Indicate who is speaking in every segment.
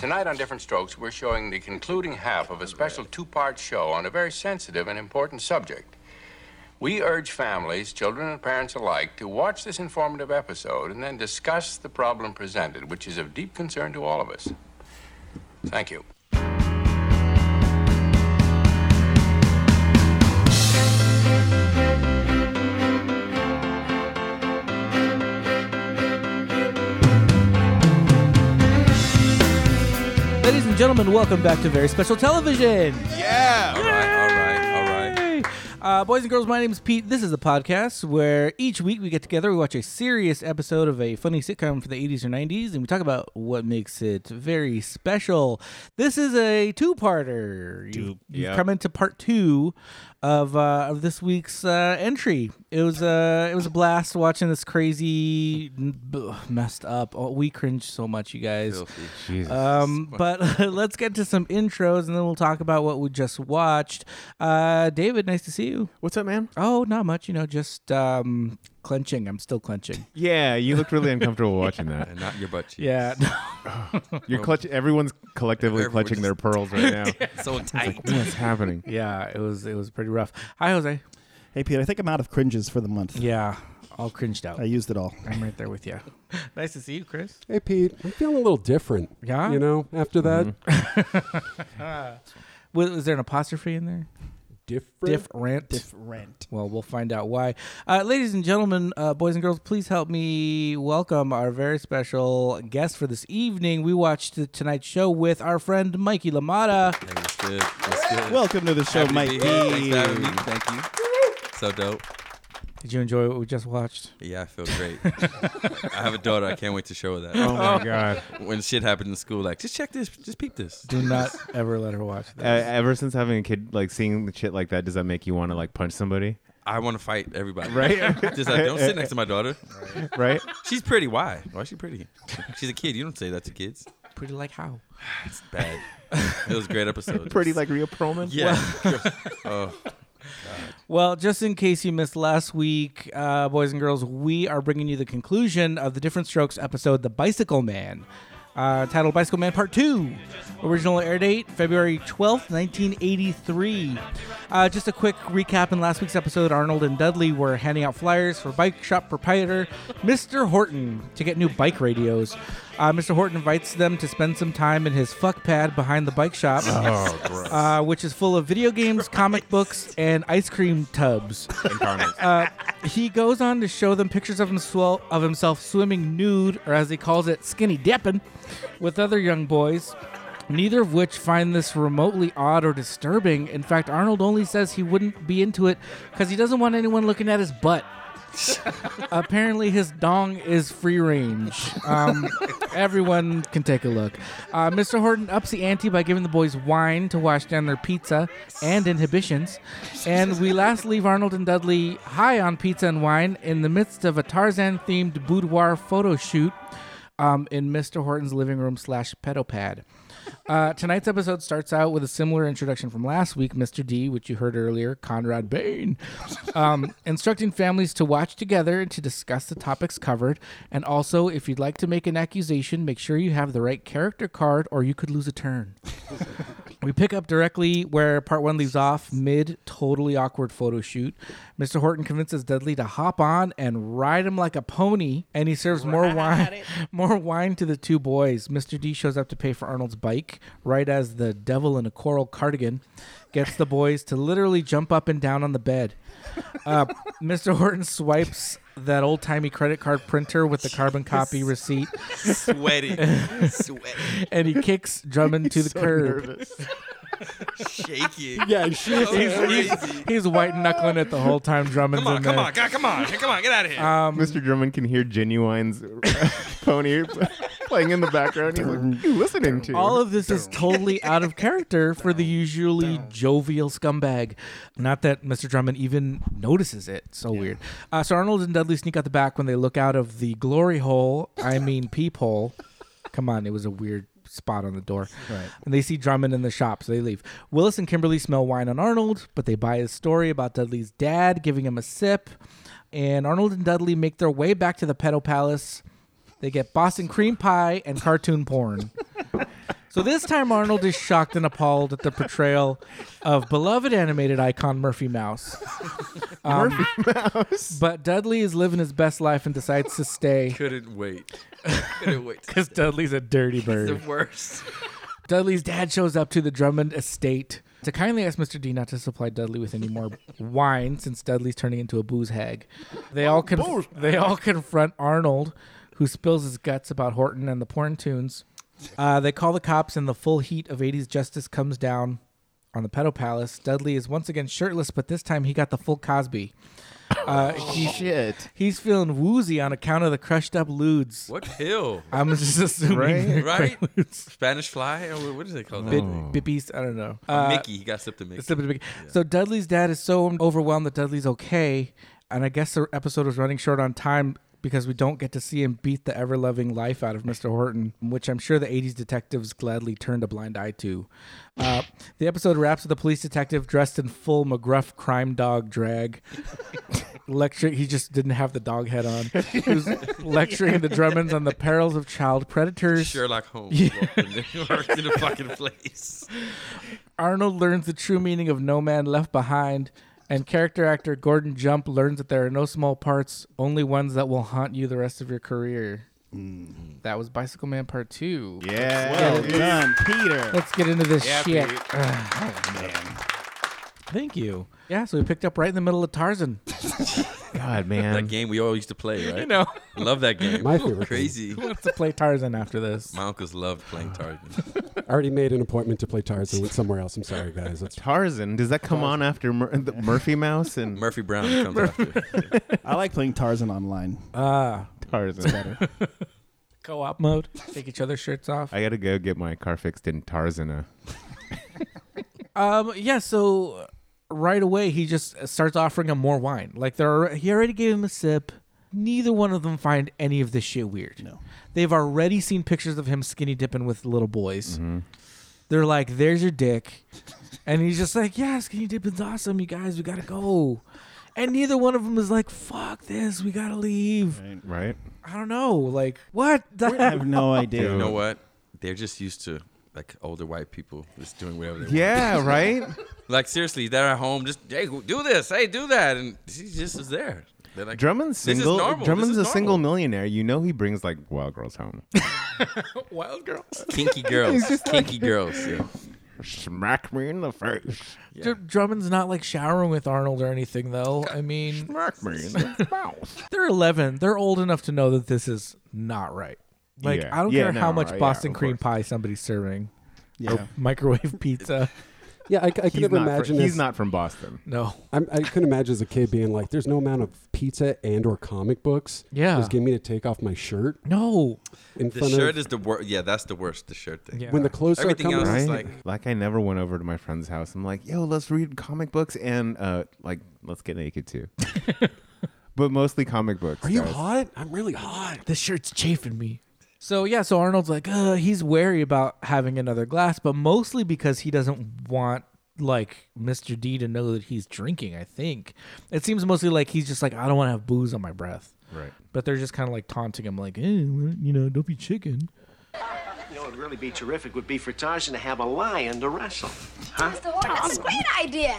Speaker 1: Tonight on Different Strokes, we're showing the concluding half of a special two part show on a very sensitive and important subject. We urge families, children, and parents alike to watch this informative episode and then discuss the problem presented, which is of deep concern to all of us. Thank you.
Speaker 2: Ladies and gentlemen, welcome back to Very Special Television.
Speaker 3: Yeah.
Speaker 4: All right, all right, all right.
Speaker 2: Yay! Uh, boys and girls, my name is Pete. This is a podcast where each week we get together, we watch a serious episode of a funny sitcom from the 80s or 90s, and we talk about what makes it very special. This is a two-parter. You've, you've
Speaker 3: yeah.
Speaker 2: come into part two of uh, of this week's uh, entry. It was uh, it was a blast watching this crazy, b- messed up. Oh, we cringe so much, you guys. Um, but let's get to some intros and then we'll talk about what we just watched. Uh, David, nice to see you.
Speaker 3: What's up, man?
Speaker 2: Oh, not much, you know, just um, clenching. I'm still clenching.
Speaker 3: Yeah, you looked really uncomfortable watching that.
Speaker 4: And not your butt cheeks.
Speaker 2: Yeah.
Speaker 3: You're clutching. Everyone's collectively
Speaker 4: Everyone
Speaker 3: clutching their
Speaker 4: just-
Speaker 3: pearls right now.
Speaker 4: So tight.
Speaker 3: What's happening?
Speaker 2: yeah, it was it was pretty rough. Hi, Jose.
Speaker 5: Hey, Pete, I think I'm out of cringes for the month.
Speaker 2: Yeah, all cringed out.
Speaker 5: I used it all.
Speaker 2: I'm right there with you. nice to see you, Chris.
Speaker 6: Hey Pete, I'm feeling a little different.
Speaker 2: Yeah?
Speaker 6: you know, after that,
Speaker 2: Was, was there an apostrophe in there?
Speaker 6: different.
Speaker 2: Different.
Speaker 5: Different.
Speaker 2: Well, we'll find out why. Uh, ladies and gentlemen, uh, boys and girls, please help me welcome our very special guest for this evening. We watched the Tonight Show with our friend Mikey Lamada.
Speaker 4: That's good. That's good.
Speaker 5: Welcome to the show,
Speaker 4: Happy to
Speaker 5: Mike.
Speaker 4: be here. Thanks for having me. Thank you. So dope.
Speaker 2: Did you enjoy what we just watched?
Speaker 4: Yeah, I feel great. I have a daughter. I can't wait to show her that.
Speaker 3: Oh my god!
Speaker 4: When shit happened in school, like just check this, just peep this.
Speaker 2: Do not ever let her watch
Speaker 3: Uh,
Speaker 2: that.
Speaker 3: ever since having a kid, like seeing shit like that, does that make you want to like punch somebody?
Speaker 4: I want to fight everybody.
Speaker 3: Right?
Speaker 4: Just like don't sit next to my daughter.
Speaker 3: Right?
Speaker 4: She's pretty. Why? Why is she pretty? She's a kid. You don't say that to kids.
Speaker 2: Pretty like how?
Speaker 4: It's bad. It was a great episode.
Speaker 3: Pretty like Rhea Perlman.
Speaker 4: Yeah. oh,
Speaker 2: Well, just in case you missed last week, uh, boys and girls, we are bringing you the conclusion of the Different Strokes episode, The Bicycle Man, uh, titled Bicycle Man Part 2. Original air date, February 12th, 1983. Uh, just a quick recap in last week's episode Arnold and Dudley were handing out flyers for bike shop proprietor Mr. Horton to get new bike radios. Uh, Mr. Horton invites them to spend some time in his fuck pad behind the bike shop
Speaker 3: Oh, gross.
Speaker 2: uh, which is full of video games, comic books, and ice cream tubs. Uh, he goes on to show them pictures of himself, of himself swimming nude, or as he calls it, skinny dipping, with other young boys. Neither of which find this remotely odd or disturbing. In fact, Arnold only says he wouldn't be into it because he doesn't want anyone looking at his butt. Apparently, his dong is free range. Um, everyone can take a look. Uh, Mr. Horton ups the ante by giving the boys wine to wash down their pizza and inhibitions. And we last leave Arnold and Dudley high on pizza and wine in the midst of a Tarzan themed boudoir photo shoot um, in Mr. Horton's living room slash pedopad. Uh, tonight's episode starts out with a similar introduction from last week, Mr. D, which you heard earlier, Conrad Bain, um, instructing families to watch together and to discuss the topics covered. And also, if you'd like to make an accusation, make sure you have the right character card or you could lose a turn. We pick up directly where part one leaves off, mid totally awkward photo shoot. Mr. Horton convinces Dudley to hop on and ride him like a pony, and he serves more wine, more wine to the two boys. Mr. D shows up to pay for Arnold's bike, right as the devil in a coral cardigan gets the boys to literally jump up and down on the bed. Uh, Mr. Horton swipes that old timey credit card printer with the carbon copy receipt,
Speaker 4: sweating, sweating,
Speaker 2: and he kicks Drummond to the curb.
Speaker 4: shaking.
Speaker 6: Yeah, she was
Speaker 4: Crazy.
Speaker 2: He's white knuckling it the whole time. Drummond's
Speaker 4: Come on,
Speaker 2: in
Speaker 4: come
Speaker 2: there.
Speaker 4: on, God, come on, come on, get out of here.
Speaker 3: Mr. Drummond can hear Genuine's pony playing in the background. He's like, "What are you listening to?"
Speaker 2: All of this is totally out of character for the usually jovial scumbag. Not that Mr. Drummond even notices it. So weird. Uh, so Arnold and Dudley sneak out the back when they look out of the glory hole. I mean, peephole. Come on, it was a weird spot on the door. Right. And they see Drummond in the shop, so they leave. Willis and Kimberly smell wine on Arnold, but they buy his story about Dudley's dad giving him a sip. And Arnold and Dudley make their way back to the pedo palace. They get Boston cream pie and cartoon porn. So this time, Arnold is shocked and appalled at the portrayal of beloved animated icon Murphy Mouse. Murphy Mouse. But Dudley is living his best life and decides to stay
Speaker 4: Couldn't wait. Couldn't wait.
Speaker 2: because Dudley's a dirty bird.
Speaker 4: the worst.
Speaker 2: Dudley's dad shows up to the Drummond estate to kindly ask Mr. D not to supply Dudley with any more wine since Dudley's turning into a booze hag. They all conf- they all confront Arnold, who spills his guts about Horton and the porn tunes. Uh, they call the cops, and the full heat of 80s justice comes down on the pedo palace. Dudley is once again shirtless, but this time he got the full Cosby. Uh, he-
Speaker 3: Shit.
Speaker 2: he's feeling woozy on account of the crushed up lewds.
Speaker 4: What pill?
Speaker 2: I'm just assuming
Speaker 3: Right?
Speaker 2: they're
Speaker 4: Right?
Speaker 2: lewds.
Speaker 4: Spanish fly? Or what is it called?
Speaker 2: Bit, bippies, I don't know.
Speaker 4: Uh,
Speaker 2: Uh,
Speaker 4: Mickey. He got slipped a Mickey.
Speaker 2: It's the big- So Dudley's dad is so overwhelmed that Dudley's okay, and I guess the episode was running short on time because we don't get to see him beat the ever loving life out of Mr. Horton, which I'm sure the 80s detectives gladly turned a blind eye to. Uh, the episode wraps with a police detective dressed in full McGruff crime dog drag. Lecturing, he just didn't have the dog head on. He was lecturing the Drummonds on the perils of child predators.
Speaker 4: Sherlock Holmes walked in there, worked in the fucking place.
Speaker 2: Arnold learns the true meaning of No Man Left Behind, and character actor Gordon Jump learns that there are no small parts, only ones that will haunt you the rest of your career. That was Bicycle Man Part 2.
Speaker 3: Yeah.
Speaker 5: Well done, Peter.
Speaker 2: Let's get into this shit. Thank you. Yeah, so we picked up right in the middle of Tarzan.
Speaker 3: God,
Speaker 4: That
Speaker 3: man.
Speaker 4: game we all used to play, right?
Speaker 2: You know,
Speaker 4: Love that game.
Speaker 6: My favorite
Speaker 4: Crazy.
Speaker 2: wants to play Tarzan after this.
Speaker 4: My uncles loved playing Target.
Speaker 6: I already made an appointment to play Tarzan with somewhere else. I'm sorry, guys. That's
Speaker 3: Tarzan. Does that come on after Mur- the Murphy Mouse and
Speaker 4: Murphy Brown comes after.
Speaker 5: I like playing Tarzan online.
Speaker 2: Ah,
Speaker 3: Tarzan?
Speaker 2: co op mode. Take each other's shirts off.
Speaker 3: I gotta go get my car fixed in Tarzana.
Speaker 2: Um, yeah, so right away he just uh, starts offering him more wine. Like there are, he already gave him a sip. Neither one of them find any of this shit weird.
Speaker 5: No.
Speaker 2: They've already seen pictures of him skinny dipping with little boys. They're like, "There's your dick," and he's just like, "Yeah, skinny dipping's awesome, you guys. We gotta go." And neither one of them is like, "Fuck this, we gotta leave."
Speaker 3: Right?
Speaker 2: I don't know, like what?
Speaker 5: I have no
Speaker 4: You
Speaker 5: idea.
Speaker 4: know what? They're just used to like older white people just doing whatever they want.
Speaker 3: Yeah, right?
Speaker 4: Like seriously, they're at home. Just hey, go- do this. Hey, do that. And she just is there. They're like
Speaker 3: Drummond's
Speaker 4: This is
Speaker 3: single.
Speaker 4: normal. This
Speaker 3: Drummond's
Speaker 4: is
Speaker 3: a
Speaker 4: normal.
Speaker 3: single millionaire. You know he brings like wild girls home.
Speaker 2: Wild girls.
Speaker 4: kinky girls. kinky girls. Yeah.
Speaker 3: Smack me in the face.
Speaker 2: Drummond's not like showering with Arnold or anything, though. I mean,
Speaker 3: Smack me in the mouth.
Speaker 2: they're 11 they're old enough to know that this is not right like
Speaker 3: Yeah.
Speaker 2: i don't
Speaker 3: Yeah,
Speaker 2: care how
Speaker 3: no,
Speaker 2: much
Speaker 3: right, yeah,
Speaker 2: boston
Speaker 3: of
Speaker 2: cream
Speaker 3: course.
Speaker 2: pie somebody's serving
Speaker 5: Yeah.
Speaker 2: microwave pizza
Speaker 6: yeah. I, I could
Speaker 3: He's
Speaker 6: never
Speaker 3: not, fr-
Speaker 6: imagine.
Speaker 3: he's
Speaker 6: as-
Speaker 3: not from Boston.
Speaker 2: no
Speaker 6: I'm, I couldn't imagine as a kid being like, "There's no amount of pizza and or comic books."
Speaker 2: Yeah.
Speaker 6: just give me to take off my shirt
Speaker 2: no
Speaker 6: in
Speaker 4: The
Speaker 6: front
Speaker 4: shirt
Speaker 6: of
Speaker 4: is the worst. Yeah, that's the worst. The shirt thing.
Speaker 2: Yeah.
Speaker 6: when the clothes start
Speaker 4: Everything
Speaker 6: coming.
Speaker 4: else
Speaker 6: off.
Speaker 4: is
Speaker 3: Right?
Speaker 4: like
Speaker 3: Like, I never went over to my friend's house. I'm like, yo, let's read comic books and uh, like let's get naked too. but mostly comic books.
Speaker 6: Are you
Speaker 3: guys.
Speaker 6: hot? I'm really hot.
Speaker 2: this shirt's chafing me so yeah so arnold's like uh he's wary about having another glass but mostly because he doesn't want like mr d to know that he's drinking i think it seems mostly like he's just like i don't want to have booze on my breath
Speaker 3: Right.
Speaker 2: but they're just kind of like taunting him like eh, you know don't be chicken
Speaker 7: You know, what would really be terrific would be for Tarzan to have a lion to wrestle.
Speaker 4: Oh,
Speaker 8: Mr. Horton, that's a great idea.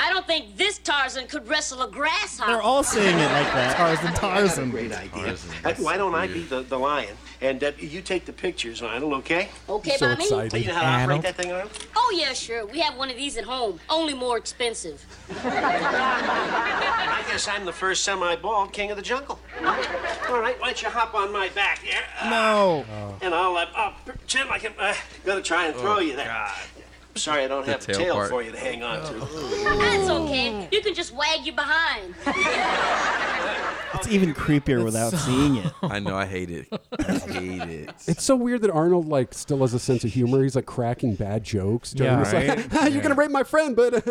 Speaker 8: I don't think this Tarzan could wrestle a grasshopper.
Speaker 5: They're all saying it like that. Tarzan,
Speaker 7: Great
Speaker 5: Tarzan.
Speaker 7: idea. Uh, Why don't I be the, the lion? And uh, you take the pictures, Arnold, okay?
Speaker 8: okay
Speaker 6: so
Speaker 8: by me?
Speaker 7: You know
Speaker 6: excited.
Speaker 7: how to
Speaker 2: Arnold?
Speaker 7: operate that thing, Arnold?
Speaker 8: Oh, yeah, sure. We have one of these at home, only more expensive.
Speaker 7: I guess I'm the first semi-bald king of the jungle. All right, why don't you hop on my back there?
Speaker 5: No.
Speaker 6: Oh.
Speaker 7: And I'll, uh, I'll pretend like I'm uh, gonna try and throw you there. Sorry, I don't have
Speaker 4: Oh, tail
Speaker 7: a tail
Speaker 4: part. Oh.
Speaker 7: for you to hang on to.
Speaker 8: That's okay. You can just wag your behind.
Speaker 5: It's even creepier without seeing it.
Speaker 4: I know. I hate it. I hate it.
Speaker 6: It's so weird that Arnold like still has a sense of humor. He's like cracking bad jokes. during
Speaker 2: Yeah,
Speaker 6: this, like,
Speaker 3: right?
Speaker 6: "Ah, you're gonna break my friend, but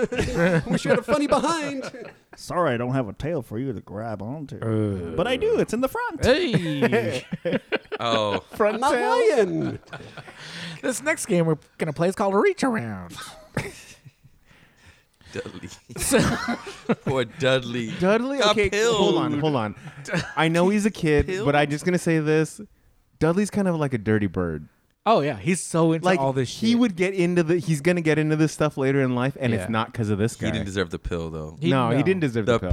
Speaker 6: wish you had a funny behind.
Speaker 5: Sorry, I don't have a tail for you to grab onto. but I do. It's in the front.
Speaker 2: hey
Speaker 4: Oh,
Speaker 6: I'm not lying.
Speaker 2: This next game we're gonna play is called Reach Around.
Speaker 4: Dudley.
Speaker 2: So,
Speaker 4: Poor Dudley.
Speaker 3: Dudley.
Speaker 4: Got
Speaker 3: Okay, hold on,
Speaker 4: pilled.
Speaker 3: hold on. I know he's a kid, but I'm just gonna say this: Dudley's kind of like a dirty bird.
Speaker 2: Oh yeah, he's so into
Speaker 3: Like
Speaker 2: all this shit.
Speaker 3: he would get into the. He's gonna get into this stuff later in life, and
Speaker 2: Yeah.
Speaker 3: it's not because of this guy.
Speaker 4: He didn't deserve the pill though.
Speaker 2: He-
Speaker 3: no,
Speaker 2: no.
Speaker 3: he didn't deserve the,
Speaker 4: The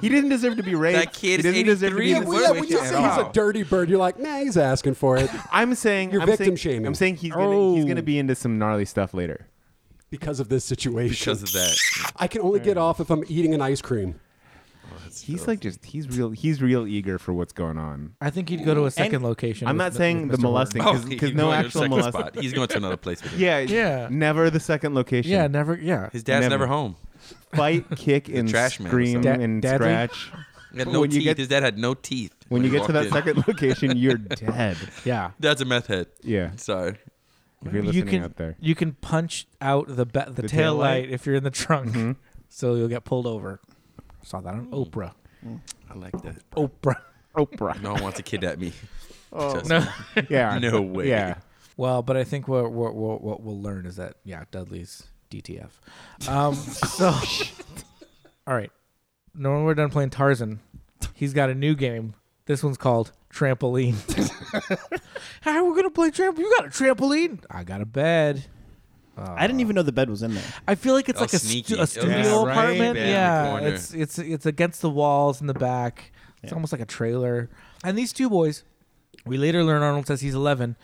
Speaker 3: He didn't deserve to be raped.
Speaker 4: That kid is
Speaker 3: he didn't deserve to be
Speaker 4: 83
Speaker 3: in
Speaker 4: and
Speaker 3: this
Speaker 4: we're
Speaker 6: yeah,
Speaker 4: with
Speaker 6: when
Speaker 3: situation
Speaker 6: you
Speaker 3: at
Speaker 4: you
Speaker 6: say he's a
Speaker 3: all.
Speaker 6: dirty bird, you're like, nah, he's asking for it
Speaker 3: I'm saying
Speaker 6: You're
Speaker 3: I'm saying-
Speaker 6: victim shaming.
Speaker 3: I'm saying he's gonna he's
Speaker 2: Oh.
Speaker 3: gonna be into some gnarly stuff later.
Speaker 6: because of this situation.
Speaker 4: because of that.
Speaker 6: I can only get off if I'm eating an ice cream.
Speaker 3: He's like just he's real he's real eager for what's going on.
Speaker 2: I think he'd go to a second location.
Speaker 3: I'm
Speaker 2: with
Speaker 3: not
Speaker 2: Mi-
Speaker 3: saying
Speaker 2: with
Speaker 3: the
Speaker 2: Mr. Horton.
Speaker 3: molesting
Speaker 4: Oh,
Speaker 3: because
Speaker 4: he- he's
Speaker 3: no
Speaker 4: going to the
Speaker 3: actual
Speaker 4: second
Speaker 3: molesting.
Speaker 4: spot. He's going to another place with him.
Speaker 3: Yeah,
Speaker 2: Yeah.
Speaker 3: Never the second location.
Speaker 2: Yeah, never. Yeah,
Speaker 4: His dad's
Speaker 3: Never.
Speaker 4: never, home.
Speaker 3: Fight, kick, and
Speaker 4: trash man or
Speaker 3: scream
Speaker 4: something.
Speaker 2: Da-
Speaker 3: and
Speaker 2: Dadley?
Speaker 3: scratch.
Speaker 4: He had no
Speaker 3: When you
Speaker 4: teeth.
Speaker 3: get-
Speaker 4: His dad had no teeth.
Speaker 3: When you
Speaker 4: he
Speaker 3: get to
Speaker 4: walked
Speaker 3: that
Speaker 4: in.
Speaker 3: second location, you're dead.
Speaker 2: yeah.
Speaker 4: That's a meth head.
Speaker 3: Yeah.
Speaker 4: Sorry.
Speaker 3: If you're listening
Speaker 2: You can
Speaker 3: out there.
Speaker 2: you can punch out the ba- the, tail
Speaker 3: tail
Speaker 2: light
Speaker 3: light?
Speaker 2: if you're in the trunk,
Speaker 3: Mm-hmm.
Speaker 2: so you'll get pulled over. Saw that on Oprah.
Speaker 4: I like that.
Speaker 2: Oprah.
Speaker 3: Oprah.
Speaker 4: No one wants to kidnap me.
Speaker 3: Oh.
Speaker 4: Just-
Speaker 2: No.
Speaker 3: Yeah.
Speaker 4: No way.
Speaker 3: Yeah.
Speaker 2: Well, but I think what what what, what we'll learn is that yeah, Dudley's DTF. Um, so, all right. No, when we're done playing Tarzan, he's got a new game. This one's called Trampoline. How we're gonna play tramp? You got a trampoline? I got a bed.
Speaker 5: I didn't even know the bed was in there.
Speaker 2: I feel like it's
Speaker 4: Oh,
Speaker 2: like a, stu-
Speaker 4: sneaky.
Speaker 2: a
Speaker 4: Oh,
Speaker 2: studio
Speaker 3: yeah, right,
Speaker 2: apartment.
Speaker 4: bed in the
Speaker 2: yeah,
Speaker 4: corner.
Speaker 2: it's it's it's against the walls in the back. It's almost like a trailer. And these two boys, we later learn Arnold says he's 11,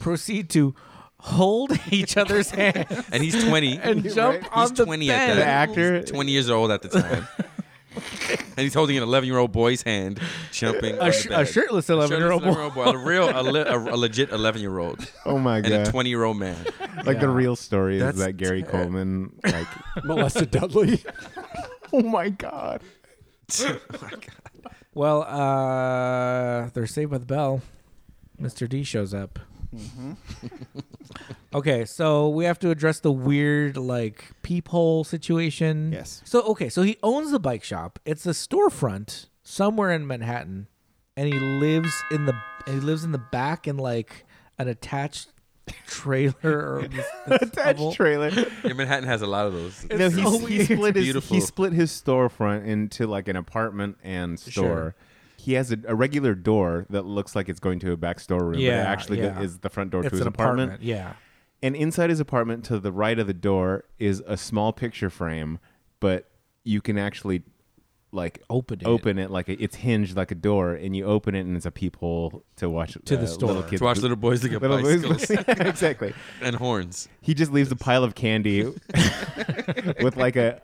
Speaker 2: proceed to hold each other's hand
Speaker 4: And he's 20.
Speaker 2: and jump on
Speaker 4: He's
Speaker 2: the
Speaker 4: 20 at
Speaker 2: bed.
Speaker 3: The
Speaker 4: that.
Speaker 3: actor.
Speaker 4: 20 years old at the time. and he's holding an 11 year old boy's hand, jumping.
Speaker 2: A, sh- a shirtless 11 year old boy.
Speaker 4: boy. A real, a, le- a, a legit 11 year old.
Speaker 3: Oh my
Speaker 4: And a
Speaker 3: god.
Speaker 4: 20 year old man.
Speaker 3: like the real story
Speaker 4: That's
Speaker 3: is that Gary Coleman. Like,
Speaker 6: Molested Dudley.
Speaker 3: oh my god.
Speaker 2: Well, uh, they're saved by the bell. Mr. D shows up.
Speaker 3: Mm-hmm.
Speaker 2: okay, so we have to address the weird like peephole situation.
Speaker 5: Yes.
Speaker 2: So okay, so he owns the bike shop. It's a storefront somewhere in Manhattan, and he lives in the he lives in the back in like an attached trailer or this- this hovel.
Speaker 3: Attached trailer.
Speaker 4: Yeah, Manhattan has a lot of those.
Speaker 3: no,
Speaker 2: It's
Speaker 3: he,
Speaker 2: so
Speaker 3: he
Speaker 2: weird.
Speaker 3: split his
Speaker 4: Beautiful.
Speaker 3: he split his storefront into like an apartment and store.
Speaker 2: Sure.
Speaker 3: He has a, a regular door that looks like it's going to a back storeroom, but
Speaker 2: Yeah,
Speaker 3: it actually
Speaker 2: yeah.
Speaker 3: is the front door to
Speaker 2: It's
Speaker 3: his
Speaker 2: an
Speaker 3: apartment.
Speaker 2: apartment. Yeah.
Speaker 3: And inside his apartment, to the right of the door, is a small picture frame, but you can actually like
Speaker 2: Open it.
Speaker 3: open it like a, it's hinged like a door, and you open it and it's a peephole to watch
Speaker 2: To the
Speaker 3: uh,
Speaker 2: store.
Speaker 3: little kids,
Speaker 4: To watch little boys look at
Speaker 3: little boys-
Speaker 4: bicycles
Speaker 3: Yeah, exactly.
Speaker 4: and horns.
Speaker 3: He just leaves a pile of candy with like a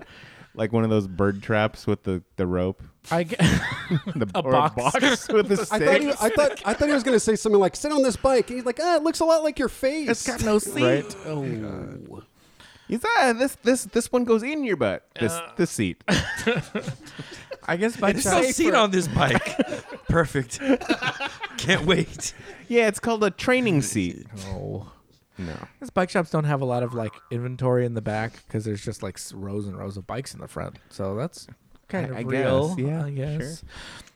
Speaker 3: like one of those bird traps with the the rope,
Speaker 2: I g-
Speaker 3: the
Speaker 2: A
Speaker 3: or
Speaker 2: box.
Speaker 3: a box with a stick.
Speaker 6: I thought, he, I thought I thought he was gonna say something like "sit on this bike," and he's like, "Ah, it looks a lot like your face."
Speaker 2: it's got no seat.
Speaker 3: Right.
Speaker 2: Oh.
Speaker 3: He's ah, this this this one goes in your butt. This
Speaker 4: Uh.
Speaker 3: this seat.
Speaker 2: I guess by
Speaker 4: There's no seat on this bike. Perfect. Can't wait.
Speaker 3: Yeah, it's called a training seat.
Speaker 2: Oh.
Speaker 3: No.
Speaker 2: These bike shops don't have a lot of like inventory in the back because there's just like s- rows and rows of bikes in the front. So that's kind
Speaker 3: I-
Speaker 2: of
Speaker 3: I guess,
Speaker 2: real.
Speaker 3: yeah,
Speaker 2: I guess.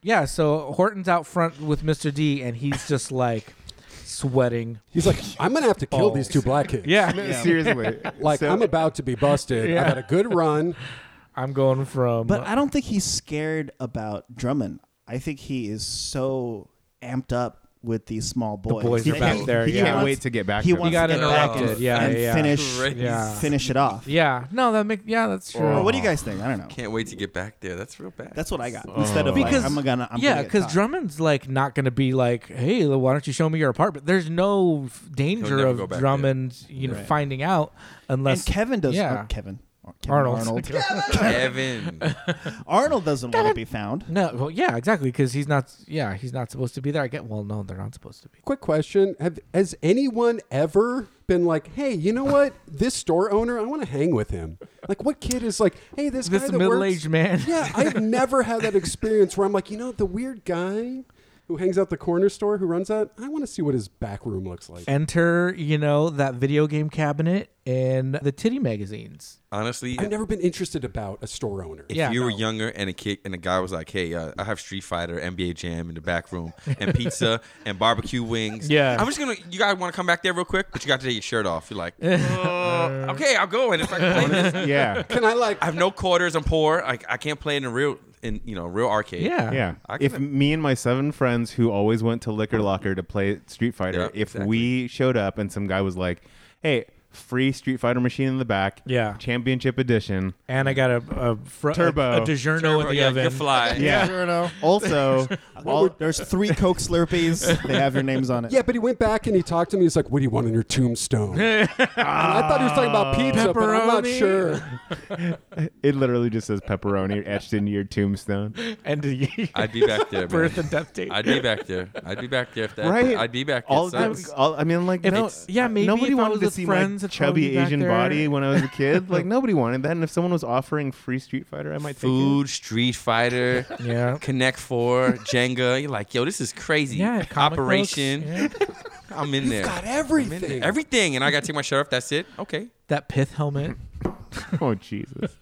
Speaker 2: Yeah. So Horton's out front with Mr. D, and he's just like sweating.
Speaker 6: He's like, "I'm gonna have to kill these two black kids."
Speaker 2: Yeah.
Speaker 3: Seriously.
Speaker 6: Like
Speaker 3: So-
Speaker 6: I'm about to be busted.
Speaker 2: Yeah.
Speaker 6: I've had a good run.
Speaker 2: I'm going from.
Speaker 5: But I don't think he's scared about Drummond. I think he is so amped up with these small boys.
Speaker 2: boys are
Speaker 5: They-
Speaker 2: back there,
Speaker 5: He
Speaker 2: yeah.
Speaker 5: wants-
Speaker 3: Can't wait to get back
Speaker 5: He
Speaker 3: to them.
Speaker 5: wants
Speaker 2: got
Speaker 5: to get back and,
Speaker 2: interrupted. Yeah,
Speaker 5: and
Speaker 2: yeah.
Speaker 5: finish
Speaker 4: Christ.
Speaker 2: Yeah.
Speaker 5: finish it off.
Speaker 2: yeah. No, that make. Yeah, that's true.
Speaker 5: Or what do you guys think? I don't know.
Speaker 4: Can't wait to get back there. That's real bad.
Speaker 5: That's what I got.
Speaker 2: Oh.
Speaker 5: Instead of like,
Speaker 2: Because
Speaker 5: I'm gonna, I'm
Speaker 2: yeah,
Speaker 5: gonna get
Speaker 2: because
Speaker 5: caught.
Speaker 2: Drummond's like not gonna be like, hey, why don't you show me your apartment? There's no f- danger
Speaker 4: never go
Speaker 2: of
Speaker 4: back there.
Speaker 2: Drummond, you know, finding out unless
Speaker 5: and Kevin does.
Speaker 2: Yeah.
Speaker 5: not Kevin. Or Kevin
Speaker 2: Arnold.
Speaker 5: Arnold.
Speaker 4: Kevin.
Speaker 5: Arnold doesn't want to be found.
Speaker 2: No, well, yeah, exactly, because he's not. Yeah, he's not supposed to be there. I get. Well, no, they're not supposed to be.
Speaker 6: Quick question: Have has anyone ever been like, "Hey, you know what? This store owner, I want to hang with him." Like, what kid is like, "Hey, this,
Speaker 2: This
Speaker 6: guy that
Speaker 2: middle-aged
Speaker 6: works-
Speaker 2: man.
Speaker 6: Yeah, I've never had that experience where I'm like, you know, the weird guy who hangs out the corner store who runs that. I want to see what his back room looks like.
Speaker 2: Enter, you know, that video game cabinet and the titty magazines.
Speaker 4: Honestly,
Speaker 6: I've never been interested about a store owner.
Speaker 4: if
Speaker 2: Yeah,
Speaker 4: you were
Speaker 2: no.
Speaker 4: younger and a kid and a guy was like, "Hey, uh, I have Street Fighter, NBA Jam in the back room, and pizza and barbecue wings."
Speaker 2: Yeah.
Speaker 4: I'm just gonna. You guys want to come back there real quick, but you got to take your shirt off. You're like, "Uh, "Okay, I'll go." And it's like, "Play this."
Speaker 3: Yeah.
Speaker 6: Can I like?
Speaker 4: I have no quarters. I'm poor. I, I can't play in the real. in you know real arcade.
Speaker 2: Yeah.
Speaker 3: Yeah.
Speaker 4: I
Speaker 3: If
Speaker 4: can-
Speaker 3: me and my seven friends who always went to Liquor Locker to play Street Fighter,
Speaker 4: Yeah,
Speaker 3: if
Speaker 4: exactly.
Speaker 3: we showed up and some guy was like, hey, free Street Fighter machine in the back,
Speaker 2: Yeah.
Speaker 3: championship edition.
Speaker 2: And I got a, a fr-
Speaker 3: Turbo.
Speaker 2: a, a DiGiorno in the
Speaker 4: yeah,
Speaker 2: oven.
Speaker 4: you fly.
Speaker 3: Yeah. also, all,
Speaker 5: Oh, there's three Coke Slurpees. they have your names on it.
Speaker 6: Yeah, but he went back and he talked to me. He's like, "What do you want on your tombstone?" and I thought he was talking about pizza, but I'm not
Speaker 2: Pepperoni.
Speaker 6: sure.
Speaker 3: it literally just says pepperoni etched into your tombstone.
Speaker 2: and the
Speaker 4: I'd be back there.
Speaker 2: birth
Speaker 4: man.
Speaker 2: and death date.
Speaker 4: I'd be back there. I'd be back there if that.
Speaker 3: Right?
Speaker 4: I'd be back. There.
Speaker 3: All,
Speaker 4: It sucks.
Speaker 3: I, all I mean, like,
Speaker 2: If
Speaker 3: no,
Speaker 2: it's- yeah, maybe
Speaker 3: nobody
Speaker 2: if I
Speaker 3: wanted
Speaker 2: was
Speaker 3: to
Speaker 2: with
Speaker 3: see
Speaker 2: friends,
Speaker 3: my
Speaker 2: it'd probably be
Speaker 3: chubby
Speaker 2: back
Speaker 3: Asian
Speaker 2: there.
Speaker 3: body when I was a kid. like, nobody wanted that. And if someone was offering free Street Fighter, I might
Speaker 4: Food, Street Fighter,
Speaker 2: Yeah.
Speaker 4: Connect Four, Jenga. You're like, yo, this is crazy.
Speaker 2: yeah, comic
Speaker 4: Operation.
Speaker 2: books, yeah.
Speaker 4: I'm in there.
Speaker 6: Got
Speaker 4: I'm in there.
Speaker 6: everything.
Speaker 4: Everything, and I gotta take my shirt off. That's it. Okay.
Speaker 2: That pith helmet.
Speaker 3: take it. Oh, Jesus.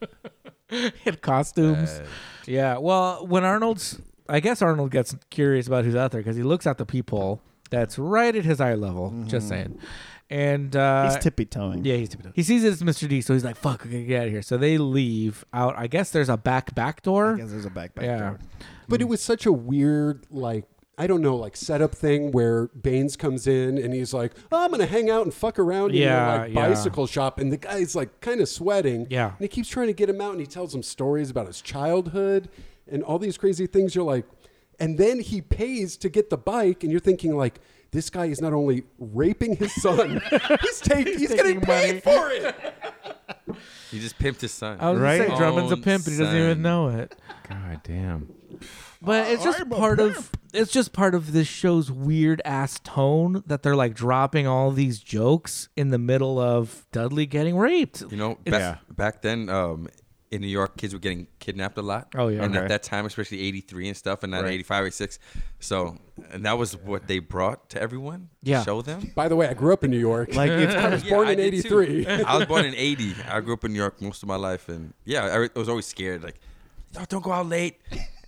Speaker 2: had costumes.
Speaker 4: Uh,
Speaker 2: yeah. Well, when Arnold's, I guess Arnold gets curious about who's out there because he looks at the people that's right at his eye level. Just saying. And uh,
Speaker 5: He's tippy toeing.
Speaker 2: Yeah, he's tippy. He sees it's Mr. D, so he's like, "Fuck, we gotta get out of here." So they leave out. I guess there's a back back door.
Speaker 5: I guess there's a back back
Speaker 2: yeah.
Speaker 5: door.
Speaker 6: But it was such a weird, like, I don't know, like setup thing where Baines comes in and he's like, oh, I'm going to hang out and fuck around
Speaker 2: Yeah,
Speaker 6: in your like,
Speaker 2: yeah.
Speaker 6: bicycle shop. And the guy's like kind of sweating.
Speaker 2: Yeah.
Speaker 6: And he keeps trying to get him out and he tells him stories about his childhood and all these crazy things. You're like, and then he pays to get the bike and you're thinking, like, this guy is not only raping his son, he's, take, he's, getting
Speaker 2: taking money.
Speaker 6: paid for it.
Speaker 4: You just pimped his son.
Speaker 2: I was
Speaker 3: Right.
Speaker 2: right? saying Drummond's a
Speaker 4: Own
Speaker 2: pimp, and he doesn't
Speaker 4: Oh, son.
Speaker 2: even know it.
Speaker 3: God damn.
Speaker 2: But it's just part of it's just part of this show's weird ass tone that they're like dropping all these jokes in the middle of Dudley getting raped.
Speaker 4: You know,
Speaker 2: It's-
Speaker 4: back, back then um, in New York, kids were getting kidnapped a lot.
Speaker 2: Oh, yeah.
Speaker 4: And
Speaker 3: Okay.
Speaker 4: at that time, especially 83 and stuff, and then
Speaker 3: Right.
Speaker 4: 85, 86. So, and that was what they brought to everyone.
Speaker 2: Yeah.
Speaker 4: Show them.
Speaker 6: By the way, I grew up in New York.
Speaker 3: Like, it's
Speaker 6: I was born
Speaker 4: I
Speaker 6: in
Speaker 4: did too.
Speaker 6: 83.
Speaker 4: I was born in 80. I grew up in New York most of my life. And yeah, I re- I was always scared. Like, y'all don't go out late.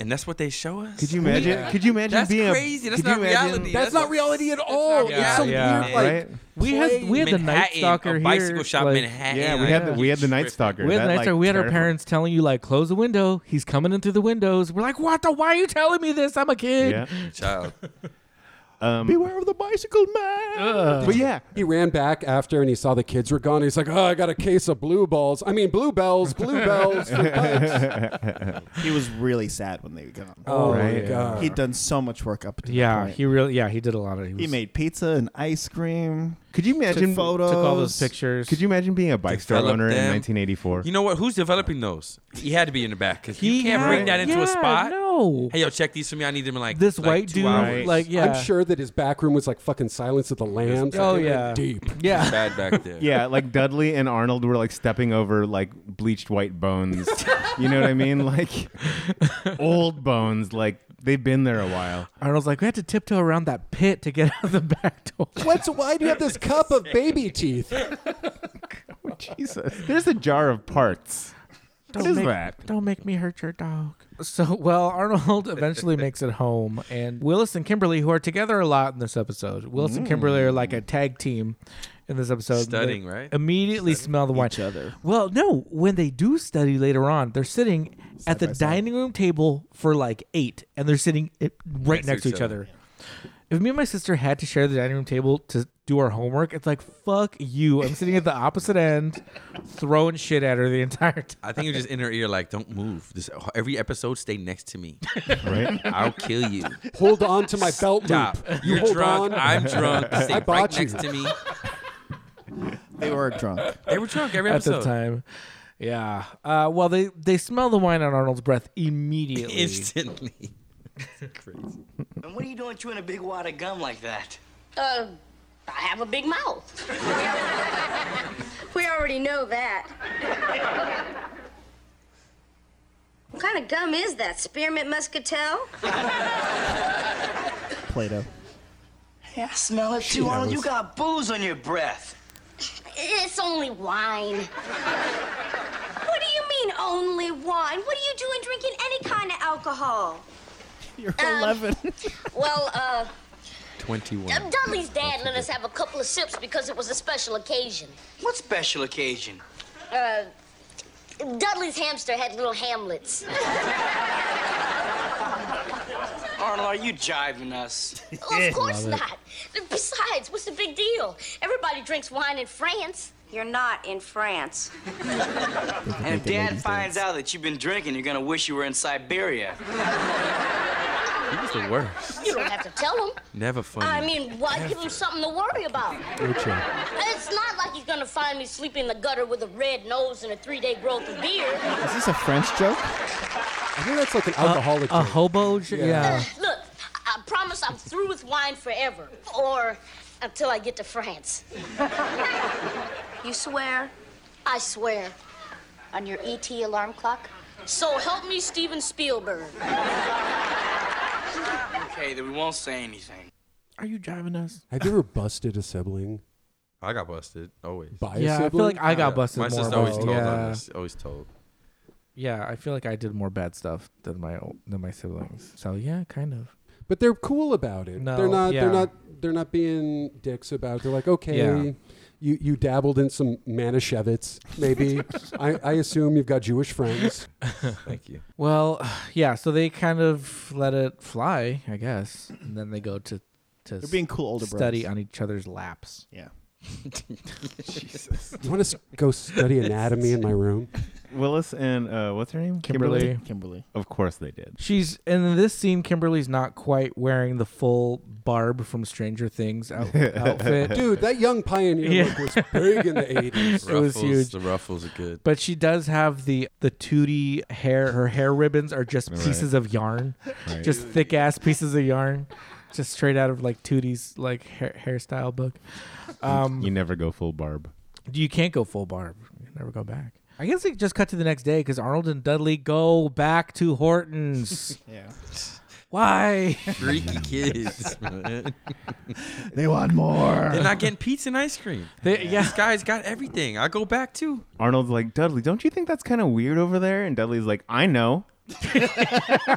Speaker 4: And that's what they show us.
Speaker 3: Could you imagine? Could you imagine
Speaker 4: That's
Speaker 3: being
Speaker 4: crazy.
Speaker 3: A,
Speaker 4: That's
Speaker 3: could you
Speaker 4: not
Speaker 3: imagine-
Speaker 4: reality.
Speaker 6: That's not reality at all.
Speaker 4: not
Speaker 6: It's so
Speaker 4: reality,
Speaker 6: weird.
Speaker 2: Yeah.
Speaker 4: man.
Speaker 6: Like,
Speaker 3: right?
Speaker 2: We had we had the night
Speaker 4: Manhattan,
Speaker 2: stalker
Speaker 4: a
Speaker 2: here.
Speaker 4: bicycle shop
Speaker 2: like-
Speaker 4: Manhattan.
Speaker 3: Yeah, we
Speaker 4: like,
Speaker 3: had the, we had the night
Speaker 4: tripping.
Speaker 3: stalker.
Speaker 2: We had,
Speaker 3: That,
Speaker 2: the night
Speaker 3: like,
Speaker 2: stalker. we had our
Speaker 3: terrified-
Speaker 2: parents telling you like close the window. He's coming in through the windows. We're like, what the? Why are you telling me this? I'm a kid.
Speaker 3: Yeah.
Speaker 4: Child.
Speaker 3: Beware of the bicycle man. But yeah,
Speaker 6: He ran back after and he saw the kids were gone. He's like, oh, I got a case of blue balls. I mean, bluebells, bluebells. for punch."
Speaker 5: He was really sad when they got him.
Speaker 6: oh,
Speaker 3: Right.
Speaker 6: my God.
Speaker 5: He'd done so much work up to that
Speaker 2: Uh, Yeah,
Speaker 5: point.
Speaker 2: he really yeah he did a lot of. He,
Speaker 5: He
Speaker 2: was-
Speaker 5: made pizza and ice cream.
Speaker 3: could you imagine?
Speaker 5: Took photos.
Speaker 2: took all those pictures.
Speaker 3: Could you imagine being a bike store
Speaker 4: Develop
Speaker 3: owner in
Speaker 4: them.
Speaker 3: 1984?
Speaker 4: You know what? Who's developing those? He had to be in the back because you
Speaker 2: He
Speaker 4: can't
Speaker 2: had-
Speaker 4: bring that into
Speaker 2: yeah,
Speaker 4: a spot.
Speaker 2: No.
Speaker 4: Hey, yo, check these for me. I need them in like
Speaker 2: this
Speaker 4: like
Speaker 2: white
Speaker 4: two
Speaker 2: dude,
Speaker 4: hours.
Speaker 2: like yeah.
Speaker 6: I'm sure that his back room was like fucking Silence of the Lambs.
Speaker 2: Oh,
Speaker 6: They went
Speaker 2: yeah.
Speaker 6: Deep.
Speaker 2: Yeah.
Speaker 4: bad back there.
Speaker 3: yeah, like Dudley and Arnold were like stepping over like bleached white bones. you know what I mean? Like old bones. Like they've been there a while.
Speaker 2: Arnold's like, we had to tiptoe around that pit to get out of the back door.
Speaker 6: What's, why do you have this cup of baby teeth?
Speaker 3: Jesus, there's a jar of parts.
Speaker 2: Don't
Speaker 3: What is
Speaker 2: make,
Speaker 3: that?
Speaker 2: Don't make me hurt your dog. So, well, Arnold eventually makes it home, and Willis and Kimberly, who are together a lot in this episode, Willis and Kimberly are like a tag team in this episode.
Speaker 4: Studying,
Speaker 2: They
Speaker 4: right?
Speaker 2: Immediately smell the wine.
Speaker 5: each other.
Speaker 2: Well, no, when they do study later on, they're sitting at the dining room table for like eight, and they're sitting it, right next to each other. If me and my sister had to share the dining room table to do our homework, it's like fuck you. I'm sitting at the opposite end, throwing shit at her the entire time.
Speaker 4: I think you're just in her ear, like, don't move. This every episode, stay next to me.
Speaker 3: Right?
Speaker 4: I'll kill you.
Speaker 6: Hold on to my belt
Speaker 4: Stop.
Speaker 6: loop.
Speaker 4: You're
Speaker 6: hold
Speaker 4: drunk.
Speaker 6: on.
Speaker 4: I'm drunk. Stay
Speaker 6: I
Speaker 4: right
Speaker 6: bought
Speaker 4: next
Speaker 6: you.
Speaker 4: to me.
Speaker 5: They were drunk.
Speaker 4: They were drunk every
Speaker 2: at
Speaker 4: episode.
Speaker 2: the time. Yeah. Uh, well, they they smell the wine on Arnold's breath immediately.
Speaker 4: Instantly. Crazy.
Speaker 9: And what are you doing chewing a big wad of gum like that?
Speaker 8: Uh, I have a big mouth.
Speaker 10: We already know that.
Speaker 8: What kind of gum is that? Spearmint muscatel?
Speaker 5: Play-Doh.
Speaker 9: Hey, I smell it too, Arnold. You got booze on your breath.
Speaker 8: It's only wine. What do you mean only wine? What do you do in drinking any kind of alcohol?
Speaker 5: You're 11.
Speaker 8: Well, uh,
Speaker 4: Twenty-one.
Speaker 8: Dudley's dad let us have a couple of sips because it was a special occasion.
Speaker 9: What special occasion?
Speaker 8: Dudley's hamster had little hamlets.
Speaker 11: Arnold, are you jiving us?
Speaker 8: Well, of course not. Besides, what's the big deal? Everybody drinks wine in France. You're not in France.
Speaker 11: And if Dad finds out that you've been drinking, you're gonna wish you were in Siberia.
Speaker 4: He was the worst.
Speaker 8: You don't have to tell him.
Speaker 4: Never funny.
Speaker 8: I mean, why give him something to worry about?
Speaker 4: No chance.
Speaker 8: It's not like he's gonna find me sleeping in the gutter with a red nose and a three-day growth of beard.
Speaker 5: Is this a French joke?
Speaker 6: I think that's like an alcoholic.
Speaker 2: a hobo. j-
Speaker 6: Yeah.
Speaker 2: yeah.
Speaker 8: Look, I I promise I'm through with wine forever, or until I get to France. You swear? I swear. On your ET alarm clock? So help me, Steven Spielberg.
Speaker 11: Okay, then we won't say anything.
Speaker 3: Are you driving us?
Speaker 6: Have you ever busted a sibling?
Speaker 4: I got busted always.
Speaker 6: By
Speaker 2: Yeah, I feel like I got busted
Speaker 4: My
Speaker 2: more
Speaker 4: sister always
Speaker 2: by-
Speaker 4: told on
Speaker 2: yeah.
Speaker 4: us. Always told.
Speaker 2: Yeah, I feel like I did more bad stuff than my o- than my siblings. So yeah, kind of.
Speaker 6: But they're cool about it.
Speaker 2: No,
Speaker 6: they're not.
Speaker 2: yeah.
Speaker 6: They're not. They're not being dicks about. it. They're like, okay,
Speaker 2: Yeah.
Speaker 6: you you dabbled in some Manischewitz, maybe. I, I assume you've got Jewish friends.
Speaker 4: Thank you.
Speaker 2: Well, yeah. So they kind of let it fly, I guess, and then they go to to
Speaker 5: They're being cool older
Speaker 2: study
Speaker 5: brothers.
Speaker 2: on each other's laps.
Speaker 5: Yeah.
Speaker 6: You want to go study anatomy in my room?
Speaker 3: Willis and uh, what's her name?
Speaker 2: Kimberly.
Speaker 5: Kimberly.
Speaker 3: Of course they did.
Speaker 2: She's and in this scene, Kimberly's not quite wearing the full Barb from Stranger Things out, outfit.
Speaker 6: Dude, that young pioneer look was big in the 80s.
Speaker 2: It was
Speaker 4: Ruffles,
Speaker 2: huge.
Speaker 4: The ruffles are good.
Speaker 2: But she does have the the tooty hair. Her hair ribbons are just pieces of yarn,
Speaker 3: Right.
Speaker 2: just thick ass pieces of yarn, just straight out of like Tootie's like hair, hairstyle book. Um,
Speaker 3: you never go full barb.
Speaker 2: you can't go full barb. You never go back. I guess they just cut to the next day because Arnold and Dudley go back to Hortons.
Speaker 5: Yeah.
Speaker 2: Why?
Speaker 4: Freaky kids. man.
Speaker 5: They want more.
Speaker 4: They're not getting pizza and ice cream.
Speaker 2: They- yeah.
Speaker 4: This guy's got everything. I go back too.
Speaker 3: Arnold's like Dudley. Don't you think that's kind of weird over there? And Dudley's like, I know.
Speaker 6: Hey,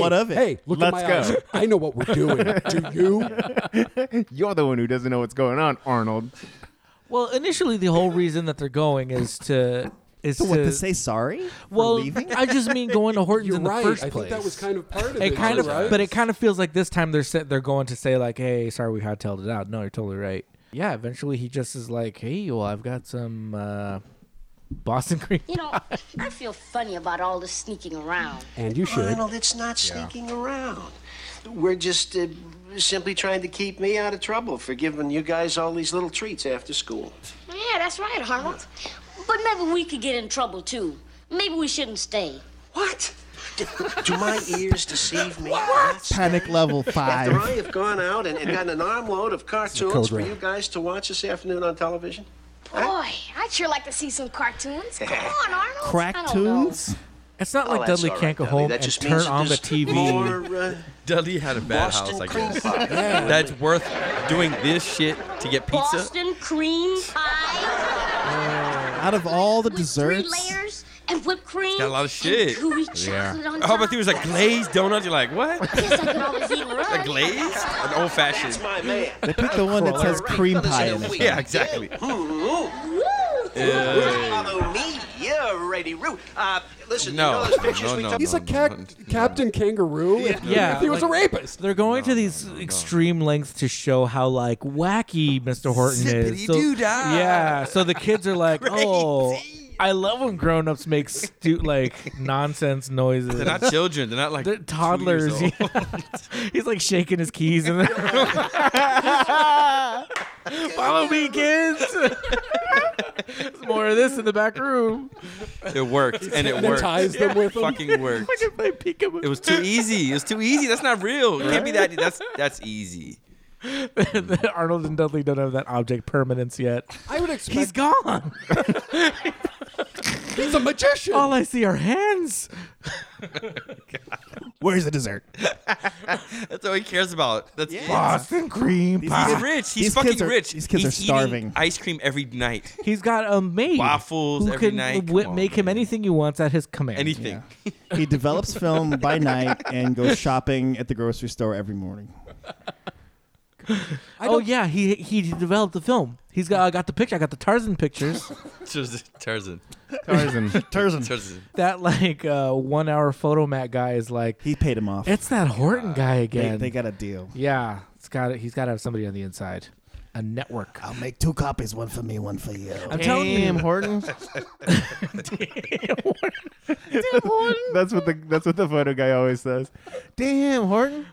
Speaker 5: what of it?
Speaker 6: Hey, look
Speaker 3: Let's
Speaker 6: at my
Speaker 3: go.
Speaker 6: eyes. I know what we're doing. Do you?
Speaker 3: You're the one who doesn't know what's going on, Arnold.
Speaker 2: Well, initially the whole reason that they're going is to is
Speaker 5: So what
Speaker 2: to
Speaker 5: to say sorry? for
Speaker 2: well,
Speaker 5: leaving?
Speaker 2: I just mean going to Hortons
Speaker 6: You're
Speaker 2: in the
Speaker 6: right.
Speaker 2: first
Speaker 6: I
Speaker 2: place.
Speaker 6: think that was kind of part of it.
Speaker 2: it kind
Speaker 6: you're
Speaker 2: of,
Speaker 6: right.
Speaker 2: but it kind of feels like this time they're set, they're going to say like, "Hey, sorry, we hightailed it out." No, you're totally right. Yeah, eventually he just is like, "Hey, well, I've got some uh, Boston cream."
Speaker 8: You know, I feel funny about all this sneaking around.
Speaker 6: and you should.
Speaker 9: Arnold, it's not sneaking around. We're just uh, simply trying to keep me out of trouble for giving you guys all these little treats after school.
Speaker 8: Yeah, that's right, Arnold. But maybe we could get in trouble too. Maybe we shouldn't stay.
Speaker 9: What? Do, do my ears deceive me?
Speaker 5: Panic level
Speaker 9: After I
Speaker 5: five.
Speaker 9: have gone out and, and gotten an armload of cartoons
Speaker 6: code
Speaker 9: for
Speaker 6: red.
Speaker 9: you guys to watch this afternoon on television?
Speaker 10: Boy, I'd sure like to see some cartoons. Come on, Arnold.
Speaker 5: Crack tunes.
Speaker 2: It's not
Speaker 9: Oh,
Speaker 2: like
Speaker 9: that's
Speaker 2: Dudley
Speaker 9: all right,
Speaker 2: can't go
Speaker 9: Dudley.
Speaker 2: home
Speaker 9: That
Speaker 2: and
Speaker 9: just
Speaker 2: turn
Speaker 9: means
Speaker 2: on the
Speaker 9: that there's
Speaker 2: TV.
Speaker 9: More, uh,
Speaker 4: Dudley had a bad
Speaker 9: Boston
Speaker 4: house, I
Speaker 9: cream
Speaker 4: guess.
Speaker 9: pie.
Speaker 4: That's worth doing this shit to get pizza.
Speaker 8: Boston cream pie
Speaker 5: Out of all the
Speaker 8: with three
Speaker 5: desserts,
Speaker 8: layers and whipped cream.
Speaker 4: got a lot of shit.
Speaker 8: And gooey chocolate on top.
Speaker 4: Oh, but there was a glazed donut. You're like, what?
Speaker 8: Guess I could always eat lunch.
Speaker 4: A glaze? An old
Speaker 9: that's
Speaker 4: fashioned.
Speaker 9: my man.
Speaker 5: they picked the one that says
Speaker 9: Right,
Speaker 5: cream
Speaker 9: fellas,
Speaker 5: pie.
Speaker 9: in
Speaker 5: in
Speaker 9: a
Speaker 5: it.
Speaker 9: week.
Speaker 4: Yeah, exactly.
Speaker 9: Ooh,
Speaker 8: Woo!
Speaker 9: Follow me, you're ready, Roo. Uh, listen, you
Speaker 4: No,
Speaker 9: know those pictures
Speaker 4: no,
Speaker 9: we
Speaker 4: no,
Speaker 9: took?
Speaker 6: He's
Speaker 4: no,
Speaker 6: a
Speaker 4: no,
Speaker 6: cat,
Speaker 4: no.
Speaker 6: Captain Kangaroo. If,
Speaker 2: Yeah,
Speaker 6: if he was
Speaker 2: like-
Speaker 6: a rapist.
Speaker 2: They're going to these extreme lengths to show how like wacky Mr. Horton is. So,
Speaker 4: Zippity-doo-dah.
Speaker 2: yeah, so the kids are like, "Oh, I love when grown-ups make stu- like nonsense noises."
Speaker 4: They're not children. They're not like
Speaker 2: They're
Speaker 4: two years
Speaker 2: toddlers.
Speaker 4: old.
Speaker 2: He's like shaking his keys and follow me, kids. There's more of this in the back room.
Speaker 4: It worked, and it worked.
Speaker 6: Hypnotize them with them.
Speaker 4: Fucking worked.
Speaker 2: If I peek him,
Speaker 4: It was too easy. It was too easy. That's not real. It can't be that. e-, That's that's easy.
Speaker 2: Arnold and Dudley don't have that object permanence yet.
Speaker 6: I would expect
Speaker 2: He's gone.
Speaker 6: he's a magician.
Speaker 2: All I see are hands.
Speaker 5: Where's the dessert?
Speaker 4: That's all he cares about. That's it.
Speaker 2: Boston cream pie.
Speaker 4: He's rich. He's
Speaker 5: These
Speaker 4: fucking
Speaker 5: kids are-
Speaker 4: rich.
Speaker 5: these kids
Speaker 4: He's
Speaker 5: are
Speaker 4: eating
Speaker 5: starving.
Speaker 4: Ice cream every night.
Speaker 2: He's got a maid
Speaker 4: Waffles
Speaker 2: who
Speaker 4: every
Speaker 2: can
Speaker 4: night.
Speaker 2: wi-
Speaker 4: Come on,
Speaker 2: make him
Speaker 4: man.
Speaker 2: anything he wants at his command.
Speaker 4: Anything.
Speaker 5: He develops film by night and goes shopping at the grocery store every morning.
Speaker 2: oh yeah, he he developed the film. He's got I got the picture. I got the Tarzan pictures.
Speaker 4: Just Tarzan.
Speaker 3: Tarzan.
Speaker 5: Tarzan.
Speaker 2: That like uh, one hour photo mat guy is like
Speaker 5: he paid him off.
Speaker 2: It's that Horton guy
Speaker 5: They-
Speaker 2: again.
Speaker 5: they got a deal.
Speaker 2: Yeah, it's got He's got to have somebody on the inside, a network. I'll
Speaker 5: make two copies, one for me, one for you.
Speaker 2: I'm telling you,
Speaker 3: Damn, Horton. That's what the that's what the photo guy always says. Damn, Horton.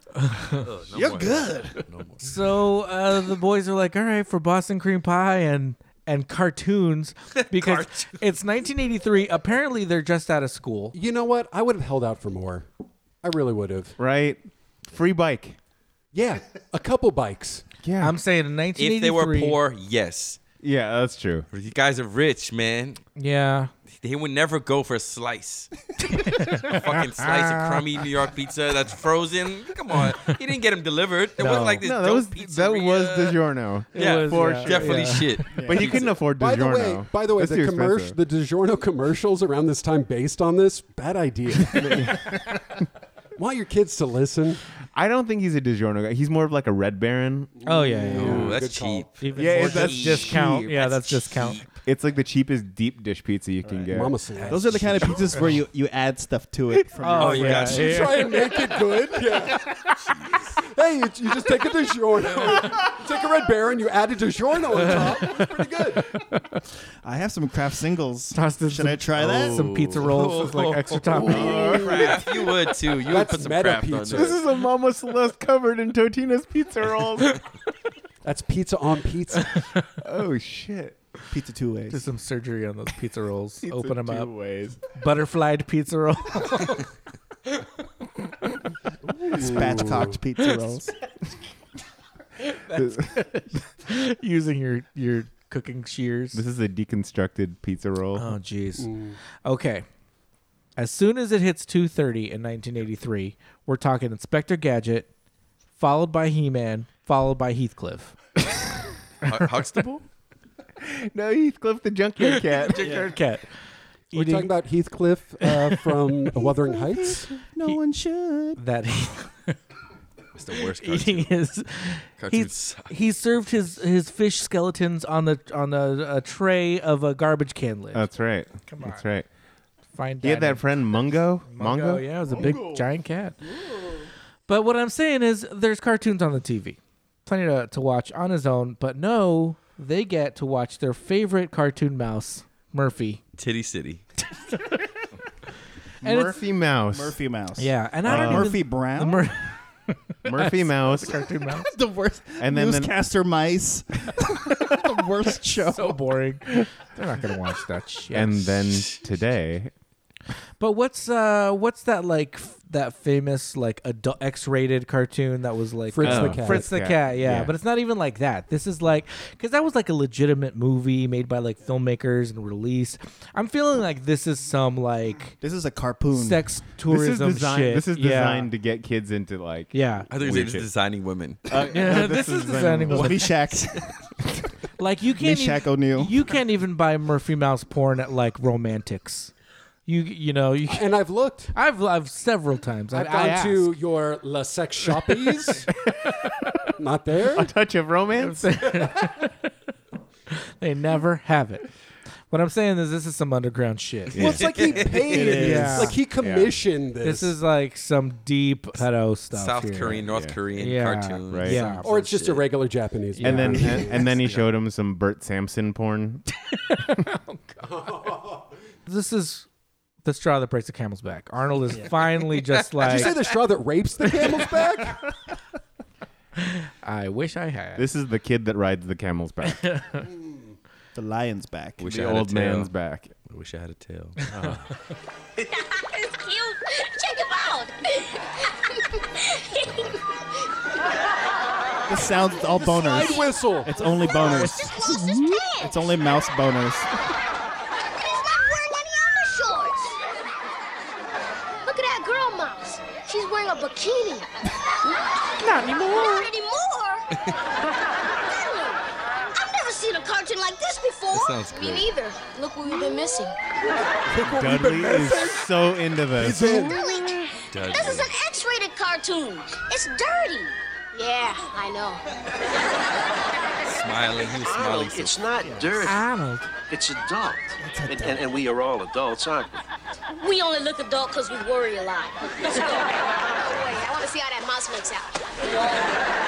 Speaker 2: You're good. So uh, the boys are like, all right, for Boston cream pie and and cartoons because it's 1983. Apparently, they're just out of school.
Speaker 6: You know what? I would have held out for more. I really would have.
Speaker 3: Right. Free bike.
Speaker 6: Yeah, a couple bikes.
Speaker 3: Yeah.
Speaker 2: I'm saying in
Speaker 4: If they were
Speaker 2: 1983.
Speaker 4: poor, yes.
Speaker 3: Yeah, that's true.
Speaker 4: You guys are rich, man.
Speaker 2: Yeah.
Speaker 4: They would never go for a slice. a fucking slice of crummy New York pizza that's frozen. Come on. He didn't get them delivered. It wasn't like this
Speaker 3: no,
Speaker 4: dope
Speaker 3: that was
Speaker 4: pizza.
Speaker 3: that was DiGiorno.
Speaker 4: It Yeah, was,
Speaker 3: for
Speaker 4: yeah.
Speaker 3: sure.
Speaker 4: definitely shit.
Speaker 3: But you couldn't afford DiGiorno.
Speaker 6: By the way, by the way,
Speaker 3: That's
Speaker 6: the
Speaker 3: too
Speaker 6: commercial,
Speaker 3: expensive.
Speaker 6: the DiGiorno commercials around this time, based on this, bad idea. Want your kids to listen?
Speaker 3: I don't think he's a DiGiorno guy. He's more of like a Red Baron.
Speaker 2: Oh yeah, yeah,
Speaker 4: Ooh,
Speaker 2: yeah.
Speaker 4: that's cheap.
Speaker 3: yeah,
Speaker 2: more
Speaker 3: it's- that's
Speaker 2: cheap.
Speaker 3: just
Speaker 2: Discount. Yeah, that's discount.
Speaker 3: It's like the cheapest deep dish pizza you can get.
Speaker 6: Mama said.
Speaker 5: Those are the kind of pizzas where you, you add stuff to it. From
Speaker 2: Oh,
Speaker 5: your
Speaker 2: you
Speaker 5: fridge.
Speaker 2: got
Speaker 6: You try and make it good. Yeah. hey, you, you just take a DiGiorno, take a Red Baron, you add a DiGiorno on top.
Speaker 5: I have some craft singles.
Speaker 2: Tossed in
Speaker 5: Should I try that?
Speaker 2: Some pizza rolls with like extra topping.
Speaker 4: Crap, you would too. You would
Speaker 6: That's
Speaker 4: put some
Speaker 6: meta
Speaker 4: crap on
Speaker 6: pizza.
Speaker 4: there.
Speaker 3: This is a Mama Celeste covered in Totino's pizza rolls.
Speaker 6: That's pizza on pizza.
Speaker 3: oh shit!
Speaker 5: Pizza two
Speaker 2: Do
Speaker 5: ways.
Speaker 2: some surgery on those pizza rolls.
Speaker 3: Pizza
Speaker 2: Open them
Speaker 3: two
Speaker 2: up.
Speaker 3: ways.
Speaker 2: Butterflied pizza roll.
Speaker 5: Spatchcocked pizza rolls.
Speaker 2: Using your your cooking shears.
Speaker 3: This is a deconstructed pizza roll.
Speaker 2: Oh jeez. Okay. As soon as it hits 2:30 in 1983, we're talking Inspector Gadget, followed by He-Man, followed by Heathcliff.
Speaker 4: Hu- Huxtable?
Speaker 3: No, Heathcliff the junkyard cat.
Speaker 2: Third cat.
Speaker 6: We're talking
Speaker 2: Eating
Speaker 6: about Heathcliff uh, from Wuthering Heights.
Speaker 5: No one should.
Speaker 2: that
Speaker 4: It's the worst
Speaker 2: eating
Speaker 4: cartoon.
Speaker 2: his
Speaker 4: Cartoons
Speaker 2: he's,
Speaker 4: suck.
Speaker 2: he served his his fish skeletons on the on a, a tray of a garbage can lid.
Speaker 3: That's right. Come on. That's right.
Speaker 2: Find
Speaker 3: He had that
Speaker 2: daddy.
Speaker 3: friend Mungo. Mungo.
Speaker 2: Mongo, yeah, it was a big giant cat. But what I'm saying is, there's cartoons on the TV, plenty to, to watch on his own. But no, they get to watch their favorite cartoon mouse, Murphy.
Speaker 4: Titty City.
Speaker 2: And it's-
Speaker 3: Murphy Mouse.
Speaker 5: Murphy Mouse.
Speaker 2: Yeah, and I
Speaker 3: Uh,
Speaker 2: don't even-
Speaker 5: Murphy
Speaker 2: the
Speaker 5: Brown.
Speaker 2: Mur-
Speaker 3: Murphy Mouse.
Speaker 2: cartoon mouse.
Speaker 5: the worst.
Speaker 3: And then the-
Speaker 5: newscaster mice. the worst show.
Speaker 2: So boring. They're not gonna watch that shit.
Speaker 3: And then today,
Speaker 2: but what's uh, what's that like? F- that famous like adult X-rated cartoon that was like
Speaker 6: Fritz
Speaker 2: uh,
Speaker 6: the Cat.
Speaker 2: Fritz the
Speaker 3: Yeah.
Speaker 2: Cat, yeah.
Speaker 3: Yeah.
Speaker 2: But it's not even like that. This is like because that was like a legitimate movie made by like filmmakers and released. I'm feeling like this is some like
Speaker 5: This is a carpoon.
Speaker 2: sex
Speaker 3: this is,
Speaker 2: tourism
Speaker 3: designed,
Speaker 2: shit.
Speaker 3: this is
Speaker 2: Yeah.
Speaker 3: designed to get kids into like.
Speaker 2: Yeah.
Speaker 4: I think
Speaker 3: Weird
Speaker 4: it's
Speaker 3: shit.
Speaker 4: designing women.
Speaker 2: Yeah, this, is designing
Speaker 5: Those
Speaker 2: what?
Speaker 5: Meshack.
Speaker 2: like you can't
Speaker 5: Meshack
Speaker 2: even,
Speaker 5: O'Neill.
Speaker 2: you can't even buy Murphy Mouse porn at like Romantics. You you know you
Speaker 6: And I've looked.
Speaker 2: I've I've several times
Speaker 6: I've
Speaker 2: I,
Speaker 6: gone
Speaker 2: I ask.
Speaker 6: to your La Sex Shoppies. Not there.
Speaker 3: Touch of romance.
Speaker 2: they never have it. What I'm saying is this is some underground shit.
Speaker 6: Well, it's like he paid.
Speaker 5: is.
Speaker 2: Yeah.
Speaker 6: Like he commissioned this.
Speaker 2: This is like some deep pedo stuff.
Speaker 4: South
Speaker 2: here.
Speaker 4: Korean, North Korean
Speaker 2: Yeah.
Speaker 4: cartoon.
Speaker 3: Right.
Speaker 2: Yeah.
Speaker 6: or it's just a regular Japanese.
Speaker 3: And then
Speaker 6: movie.
Speaker 3: and, and then he showed him some Bert Sampson porn.
Speaker 2: This is the straw that breaks the camel's back. Arnold is finally just like
Speaker 6: Did you say the straw that rapes the camel's back?
Speaker 2: I wish I had.
Speaker 3: This is the kid that rides the camel's back,
Speaker 5: the lion's back.
Speaker 4: Wish I
Speaker 3: the
Speaker 4: had a
Speaker 3: old
Speaker 4: tail.
Speaker 3: man's back.
Speaker 4: I wish I had a tail.
Speaker 8: it's cute. Check him out.
Speaker 5: This sounds all boners.
Speaker 6: Side whistle.
Speaker 5: It's only boners.
Speaker 8: Just lost his pants.
Speaker 5: It's only mouse
Speaker 8: And
Speaker 5: boners.
Speaker 8: he's not wearing any undershorts. Look at that girl mouse. She's wearing a bikini. not anymore. Not anymore. Really? I've never seen a cartoon like this before.
Speaker 4: sounds
Speaker 8: Me
Speaker 4: great.
Speaker 8: neither. Look what we've been missing.
Speaker 3: Dudley is so into this.
Speaker 8: Really? This is an X-rated cartoon. It's dirty. Yeah, I know.
Speaker 4: Smiling. He was smiling.
Speaker 9: Arnold,
Speaker 4: so-
Speaker 9: it's not dirty.
Speaker 5: Ah.
Speaker 2: Arnold.
Speaker 9: It's adult. And, and, and we are all adults, aren't we?
Speaker 8: We only look adult because we worry a lot. Let's go. Wait, I want to see how that mouse makes out.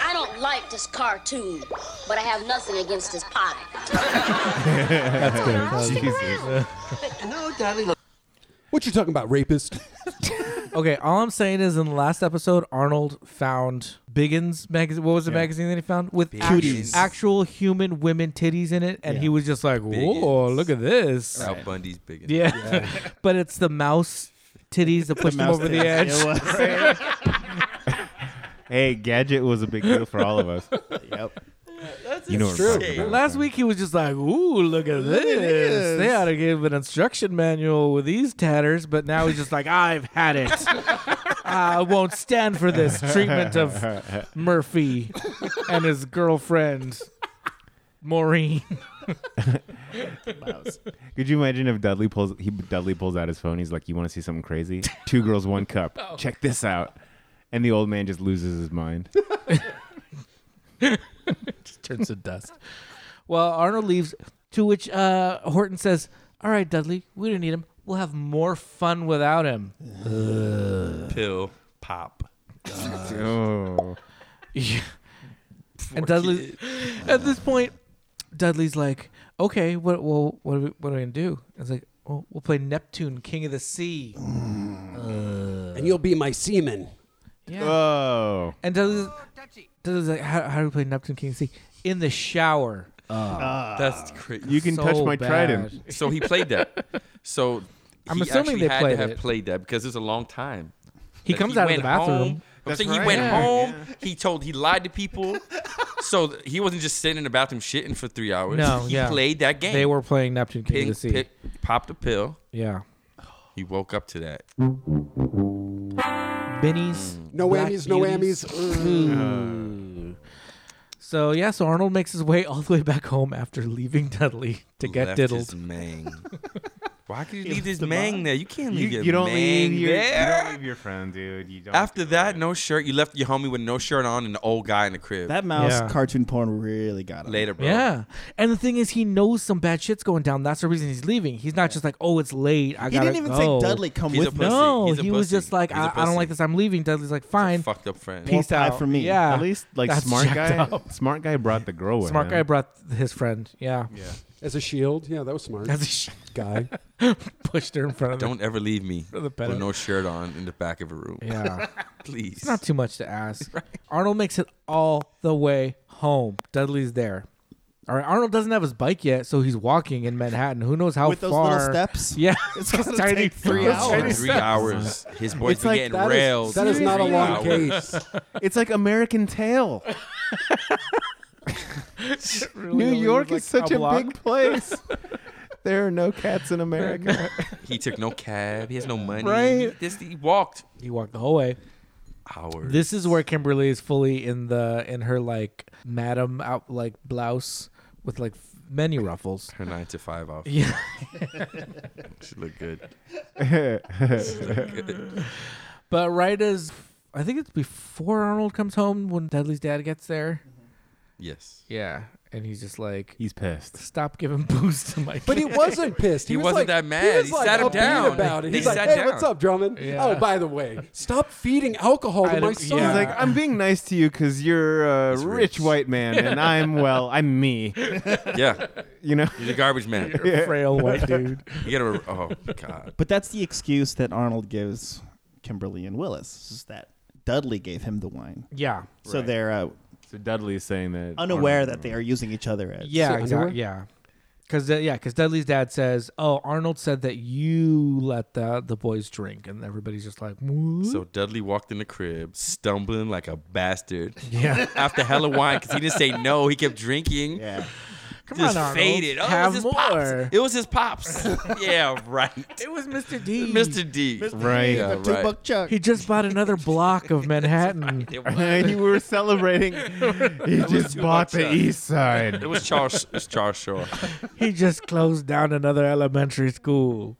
Speaker 8: I don't like this cartoon, but I have nothing against this pie.
Speaker 2: That's
Speaker 9: good.
Speaker 2: Jesus.
Speaker 9: No, Daddy, look.
Speaker 6: What you talking about, rapist?
Speaker 2: okay, all I'm saying is in the last episode, Arnold found Biggins magazine. What was the magazine that he found with act-
Speaker 5: Cooties.
Speaker 2: actual human women titties in it? And he was just like, "Whoa,
Speaker 4: Biggins.
Speaker 2: look at this!"
Speaker 4: Al Bundy's biggest.
Speaker 2: Yeah, but it's the mouse titties that pushed him
Speaker 5: mouse
Speaker 2: over the edge.
Speaker 5: titties.
Speaker 3: Hey, Gadget was a big deal for all of us.
Speaker 5: yep.
Speaker 3: you know what I'm talking about.
Speaker 2: Last week he was just like, "Ooh, look at this!
Speaker 5: this."
Speaker 2: They ought to give an instruction manual with these tatters." But now he's just like, "I've had it. I won't stand for this treatment of Murphy and his girlfriend Maureen."
Speaker 3: Could you imagine if Dudley pulls he Dudley pulls out his phone? He's like, "You want to see something crazy? Two girls, one cup. Check this out." And the old man just loses his mind.
Speaker 2: Just turns to dust. Well, Arnold leaves, to which uh, Horton says, "All right, Dudley, we don't need him. We'll have more fun without him."
Speaker 4: Pill. Pop.
Speaker 3: oh,
Speaker 2: Yeah. and Dudley, at this point, Dudley's like, "Okay, what? Well, what? Are we, what are we gonna do?" I was like, "Well, we'll play Neptune, King of the Sea." Uh,
Speaker 6: and you'll be my seaman.
Speaker 2: Yeah.
Speaker 3: oh,
Speaker 2: and Dudley's, Dudley's like, how, "How do we play Neptune, King of the Sea in the shower?" Uh,
Speaker 4: That's crazy.
Speaker 3: you can touch
Speaker 2: So
Speaker 3: my
Speaker 2: bad.
Speaker 3: trident.
Speaker 4: So he played that. So
Speaker 2: I'm
Speaker 4: he
Speaker 2: assuming
Speaker 4: actually
Speaker 2: they
Speaker 4: had
Speaker 2: played
Speaker 4: to have
Speaker 2: it.
Speaker 4: played that because it's a long time.
Speaker 2: He
Speaker 4: Like,
Speaker 2: comes out of the
Speaker 4: went home.
Speaker 2: bathroom.
Speaker 4: I'm
Speaker 3: That's
Speaker 4: saying he
Speaker 3: right.
Speaker 4: went
Speaker 2: Yeah.
Speaker 4: home. He told he lied to people. so th- he wasn't just sitting in the bathroom shitting for three hours.
Speaker 2: No,
Speaker 4: he
Speaker 2: yeah.
Speaker 4: played that game.
Speaker 2: They were playing Neptune, King
Speaker 4: Ping,
Speaker 2: of the Sea.
Speaker 4: pick, popped a pill.
Speaker 2: Yeah,
Speaker 4: He woke up to that.
Speaker 2: Benny's.
Speaker 6: No
Speaker 2: Black Hmm.
Speaker 6: whammies, no
Speaker 2: Beauties.
Speaker 6: whammies.
Speaker 2: Ooh. So yeah, so Arnold makes his way all the way back home after leaving Dudley to get
Speaker 4: Left
Speaker 2: diddled.
Speaker 4: His mang. Why could you leave this mang there? You can't
Speaker 3: You,
Speaker 4: leave your
Speaker 3: you don't
Speaker 4: mang
Speaker 3: leave your
Speaker 4: there.
Speaker 3: you don't leave your friend, dude. You don't.
Speaker 4: After that, no shirt. You left your homie with no shirt on and the old guy in the crib.
Speaker 5: That mouse
Speaker 2: Yeah.
Speaker 5: cartoon porn really got him.
Speaker 4: Later, bro.
Speaker 2: Yeah. And the thing is, he knows some bad shit's going down. That's the reason he's leaving. He's not just like, oh, it's late. I
Speaker 5: He
Speaker 2: gotta
Speaker 5: didn't even
Speaker 2: go."
Speaker 5: say Dudley come
Speaker 4: He's a
Speaker 5: with me.
Speaker 4: pussy.
Speaker 2: No,
Speaker 4: He's a
Speaker 2: he was
Speaker 4: pussy.
Speaker 2: just like,
Speaker 4: He's a
Speaker 2: I, I don't
Speaker 4: pussy.
Speaker 2: like this. I'm leaving. Dudley's like, fine.
Speaker 4: Fucked up friend.
Speaker 2: Peace
Speaker 5: Well, bye
Speaker 2: out
Speaker 5: for me.
Speaker 2: Yeah.
Speaker 3: At least like
Speaker 2: That's
Speaker 3: smart
Speaker 2: jacked
Speaker 3: guy,
Speaker 2: up.
Speaker 3: smart guy brought the girl with
Speaker 2: Smart
Speaker 3: him.
Speaker 2: guy brought his friend. Yeah.
Speaker 6: As a shield. Yeah, that was smart.
Speaker 2: As he
Speaker 6: guy.
Speaker 2: pushed her in front of him.
Speaker 4: Don't ever leave me
Speaker 2: the bed.
Speaker 4: with no shirt on in the back of a room.
Speaker 2: Yeah.
Speaker 4: Please.
Speaker 2: Not too much to ask. Arnold makes it all the way home. Dudley's there. All right. Arnold doesn't have his bike yet, so he's walking in Manhattan. Who knows how
Speaker 5: With those
Speaker 2: far?
Speaker 5: little steps?
Speaker 2: Yeah.
Speaker 5: It's gonna
Speaker 2: Tiny-
Speaker 5: take three
Speaker 2: those
Speaker 4: Oh,
Speaker 2: tiny
Speaker 5: hours.
Speaker 4: three hours. His boy's
Speaker 3: It's
Speaker 4: been
Speaker 3: like-
Speaker 4: getting
Speaker 6: That is-
Speaker 4: railed.
Speaker 6: that is not a
Speaker 4: Three
Speaker 6: long
Speaker 4: hours.
Speaker 6: case.
Speaker 3: It's like American Tale. New
Speaker 2: only
Speaker 3: York
Speaker 2: was,
Speaker 3: is
Speaker 2: like,
Speaker 3: such
Speaker 2: a
Speaker 3: a,
Speaker 2: block.
Speaker 3: big place. there are no cats in America.
Speaker 4: He took no cab. He has no money.
Speaker 2: Right.
Speaker 4: This he walked
Speaker 2: He walked the whole way.
Speaker 4: hours.
Speaker 2: This is where Kimberly is fully in the in her like madam out like blouse with like many ruffles.
Speaker 4: her nine to five off.
Speaker 2: Yeah.
Speaker 4: She looked good.
Speaker 2: But right as I think it's before Arnold comes home when Dudley's dad gets there.
Speaker 4: Yes.
Speaker 2: Yeah. And he's just like
Speaker 3: He's pissed.
Speaker 2: stop giving booze to my
Speaker 6: But he
Speaker 2: kid."
Speaker 6: wasn't pissed. He,
Speaker 4: He
Speaker 6: was
Speaker 4: wasn't
Speaker 6: like-
Speaker 4: that mad.
Speaker 6: was,
Speaker 4: He
Speaker 6: like,
Speaker 4: sat him
Speaker 6: upbeat
Speaker 4: down.
Speaker 6: About it.
Speaker 4: He
Speaker 6: He's like,
Speaker 4: sat
Speaker 6: hey,
Speaker 4: down."
Speaker 6: what's up, Drummond?
Speaker 2: Yeah.
Speaker 6: Oh, by the way, stop feeding alcohol
Speaker 2: I
Speaker 6: to my
Speaker 2: don't-
Speaker 6: son.
Speaker 2: yeah.
Speaker 3: He's like, I'm being nice to you because you're a
Speaker 4: He's
Speaker 3: rich
Speaker 4: rich.
Speaker 3: white man, and I'm well, I'm me.
Speaker 4: Yeah.
Speaker 3: You know,
Speaker 4: He's a garbage man.
Speaker 2: frail white dude.
Speaker 4: You gotta. Oh God.
Speaker 5: But that's the excuse that Arnold gives Kimberly and Willis is that Dudley gave him the wine.
Speaker 2: Yeah.
Speaker 5: So they're uh,
Speaker 3: so Dudley is saying that
Speaker 5: unaware that they are using each other as.
Speaker 2: Yeah,
Speaker 6: So-
Speaker 2: exactly. Yeah. Cause uh, yeah, cause Dudley's dad says, "Oh, Arnold said that you let the the boys drink," and everybody's just like, "What?"
Speaker 4: So Dudley walked in the crib, stumbling like a bastard.
Speaker 2: Yeah.
Speaker 4: After hella wine, because he didn't say no, he kept drinking.
Speaker 5: Yeah.
Speaker 2: Come
Speaker 4: Just
Speaker 2: on, Arnold.
Speaker 4: faded. Oh,
Speaker 2: Have
Speaker 4: it was his
Speaker 2: more.
Speaker 4: pops. It was his pops. yeah, right.
Speaker 2: It was Mr. D.
Speaker 4: Mr. D.
Speaker 3: Right.
Speaker 4: Yeah,
Speaker 5: Two buck chuck.
Speaker 2: He just bought another block of Manhattan.
Speaker 4: It was,
Speaker 3: And you were celebrating. He just
Speaker 4: too
Speaker 3: bought
Speaker 4: much,
Speaker 3: the
Speaker 4: uh,
Speaker 3: East Side.
Speaker 4: it was Charles. It's Charles Shaw.
Speaker 2: He just closed down another elementary school.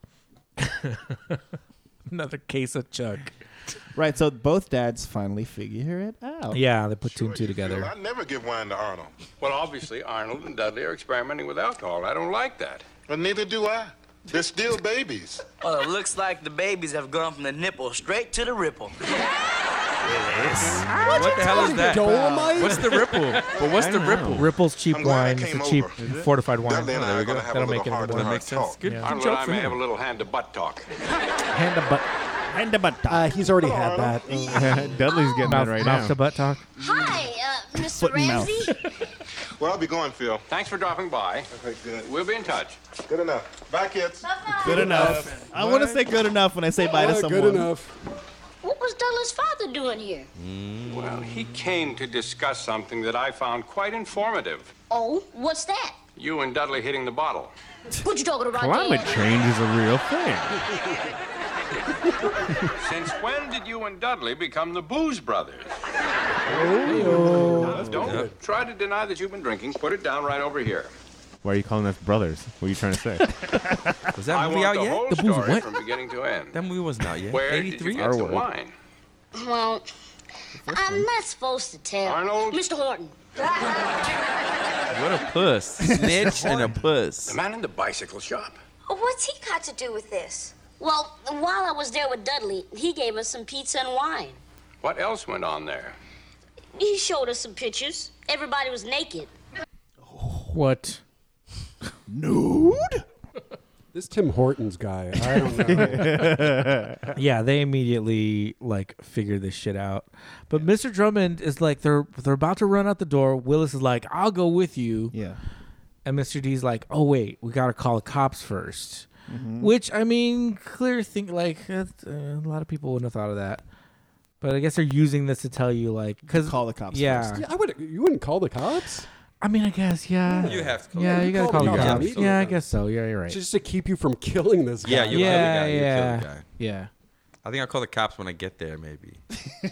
Speaker 2: another case of Chuck.
Speaker 5: right. So both dads finally figure it out.
Speaker 2: Yeah, they put two and two
Speaker 12: Well,
Speaker 2: together.
Speaker 12: I never give wine to Arnold.
Speaker 1: Well, obviously, Arnold and Dudley are experimenting with alcohol. I don't like that.
Speaker 12: But neither do I. They're still babies.
Speaker 11: Well, it looks like the babies have gone from the nipple straight to the ripple.
Speaker 4: What, the hell is that? What's the ripple? But what's the ripple?
Speaker 2: Ripple's cheap wine.
Speaker 4: I
Speaker 2: It's a
Speaker 4: came
Speaker 2: cheap
Speaker 4: over. Is it?
Speaker 2: fortified wine.
Speaker 4: Dudley and I
Speaker 2: there
Speaker 4: are
Speaker 2: we go.
Speaker 4: gonna have a
Speaker 2: That'll
Speaker 4: little
Speaker 2: make it more-
Speaker 4: heart-to-heart That makes sense. Good-
Speaker 2: Yeah.
Speaker 1: Arnold
Speaker 2: job
Speaker 1: and I
Speaker 2: for
Speaker 1: may
Speaker 2: him.
Speaker 1: have a little hand to butt talk.
Speaker 2: Hand to butt. Hand to butt talk.
Speaker 5: Uh, he's already had that.
Speaker 3: Dudley's getting
Speaker 2: Mouth-
Speaker 3: that right
Speaker 2: mouth
Speaker 3: now.
Speaker 2: to butt talk.
Speaker 8: Hi, uh, Mr.
Speaker 3: Foot and mouth.
Speaker 8: Ramsey.
Speaker 12: Well, I'll be going, Phil.
Speaker 1: Thanks for dropping by. Okay, good. We'll be in touch.
Speaker 12: Good enough. Bye, kids.
Speaker 5: Good enough. I want to say good enough when I say bye to
Speaker 12: Yeah, good
Speaker 5: someone.
Speaker 12: enough.
Speaker 8: What was Dudley's father doing here?
Speaker 1: Well, he came to discuss something that I found quite informative.
Speaker 8: Oh, what's that?
Speaker 1: You and Dudley hitting the bottle.
Speaker 8: What you talking about,
Speaker 3: Climate
Speaker 8: Dad?
Speaker 3: change is a real thing.
Speaker 1: Since when did you and Dudley become the Booze Brothers?
Speaker 3: Oh.
Speaker 1: Don't try to deny that you've been drinking. Put it down right over here.
Speaker 3: Why are you calling us brothers? What are you trying to say?
Speaker 4: Was that
Speaker 1: I
Speaker 4: movie
Speaker 1: want
Speaker 4: out
Speaker 1: the
Speaker 4: yet?
Speaker 1: whole
Speaker 4: The movie
Speaker 1: story
Speaker 4: what?
Speaker 1: from beginning to end.
Speaker 4: That movie was not yet.
Speaker 1: Where did you
Speaker 4: 83?
Speaker 1: get the wine?
Speaker 8: Well, I'm not supposed to tell. Arnold? Mr. Horton.
Speaker 4: What a puss. Snitch and a puss. The
Speaker 1: man in the bicycle shop.
Speaker 13: What's he got to do with this?
Speaker 8: Well, while I was there with Dudley, he gave us some pizza and wine.
Speaker 1: What else went on there?
Speaker 8: He showed us some pictures. Everybody was naked.
Speaker 2: What?
Speaker 6: Nude? This Tim Hortons guy, I don't know.
Speaker 2: yeah, they immediately like figure this shit out. But Mr. Drummond is like they're they're about to run out the door. Willis is like, "I'll go with you."
Speaker 5: Yeah.
Speaker 2: And Mr. D's like, "Oh wait, we gotta call the cops 1st
Speaker 5: Mhm.
Speaker 2: Which I mean, clear think like that's, uh, a lot of people wouldn't have thought of that. But I guess they're using this to tell you like cause call the cops. Yeah.
Speaker 6: I would. You wouldn't call the cops.
Speaker 2: I mean, I guess yeah.
Speaker 6: You have to call
Speaker 2: Yeah,
Speaker 6: the
Speaker 2: you gotta
Speaker 6: cops.
Speaker 2: call the
Speaker 6: You have
Speaker 2: cops.
Speaker 6: to call the
Speaker 2: Yeah, I
Speaker 6: cops.
Speaker 2: guess so. Yeah, you're right.
Speaker 6: Just to keep you from killing this guy.
Speaker 4: Yeah, you
Speaker 2: Yeah,
Speaker 4: kill the guy. You
Speaker 2: yeah,
Speaker 4: kill the guy.
Speaker 2: yeah.
Speaker 4: I think I'll call the cops when I get there, maybe.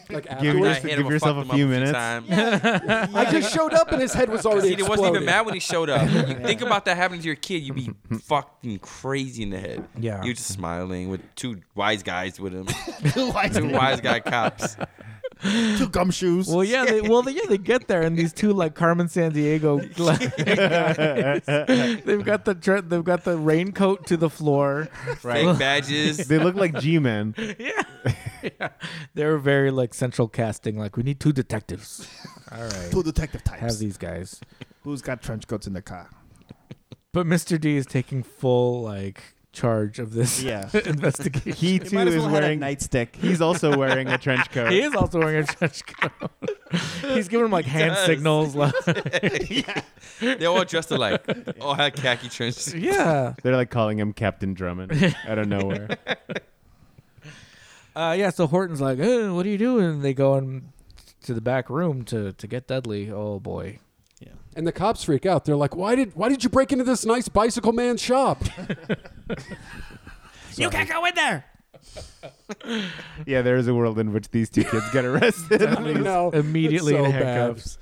Speaker 6: Like
Speaker 4: I mean, I
Speaker 3: yourself-
Speaker 4: hit him,
Speaker 3: give
Speaker 4: I
Speaker 3: yourself
Speaker 4: fucked
Speaker 3: a
Speaker 4: him up
Speaker 3: few
Speaker 4: a
Speaker 3: minutes.
Speaker 4: times.
Speaker 6: Yeah. I just showed up and his head was already
Speaker 4: See, He wasn't
Speaker 6: exploded.
Speaker 4: even mad when he showed up. You think about that happening to your kid, you'd be fucking crazy in the head.
Speaker 2: Yeah.
Speaker 4: You're just smiling with two wise guys with him.
Speaker 5: Two wise
Speaker 4: two
Speaker 5: guys.
Speaker 4: wise guy cops.
Speaker 5: Two gumshoes.
Speaker 2: Well, yeah, they, well, they, yeah, they get there, and these two like Carmen San Diego, they've got the dre- they've got the raincoat to the floor,
Speaker 4: Fake badges.
Speaker 3: they look like G-men.
Speaker 2: yeah. yeah, they're very like central casting. Like we need two detectives. All right,
Speaker 5: Two detective types.
Speaker 2: Have these guys.
Speaker 5: Who's got trench coats in the car?
Speaker 2: But Mr. D is taking full like charge of this
Speaker 5: Yeah.
Speaker 2: investigation.
Speaker 5: He, too, might as well is had a wearing- nightstick.
Speaker 3: He's also wearing a trench coat.
Speaker 2: he is also wearing a trench coat. He's giving him like
Speaker 4: He
Speaker 2: hand
Speaker 4: does.
Speaker 2: signals. like-
Speaker 4: They're all dressed alike. All had khaki trenches.
Speaker 3: They're like calling him Captain Drummond out of nowhere.
Speaker 2: Uh, yeah, so Horton's like, hey, what are you doing? And they go in to the back room to, to get Dudley. Oh, boy.
Speaker 6: And the cops freak out. They're like, "Why did Why did you break into this nice bicycle man's shop?"
Speaker 2: You can't go in there.
Speaker 3: Yeah, there is a world in which these two kids get arrested.
Speaker 2: Dudley's immediately
Speaker 3: It's so
Speaker 2: in handcuffs.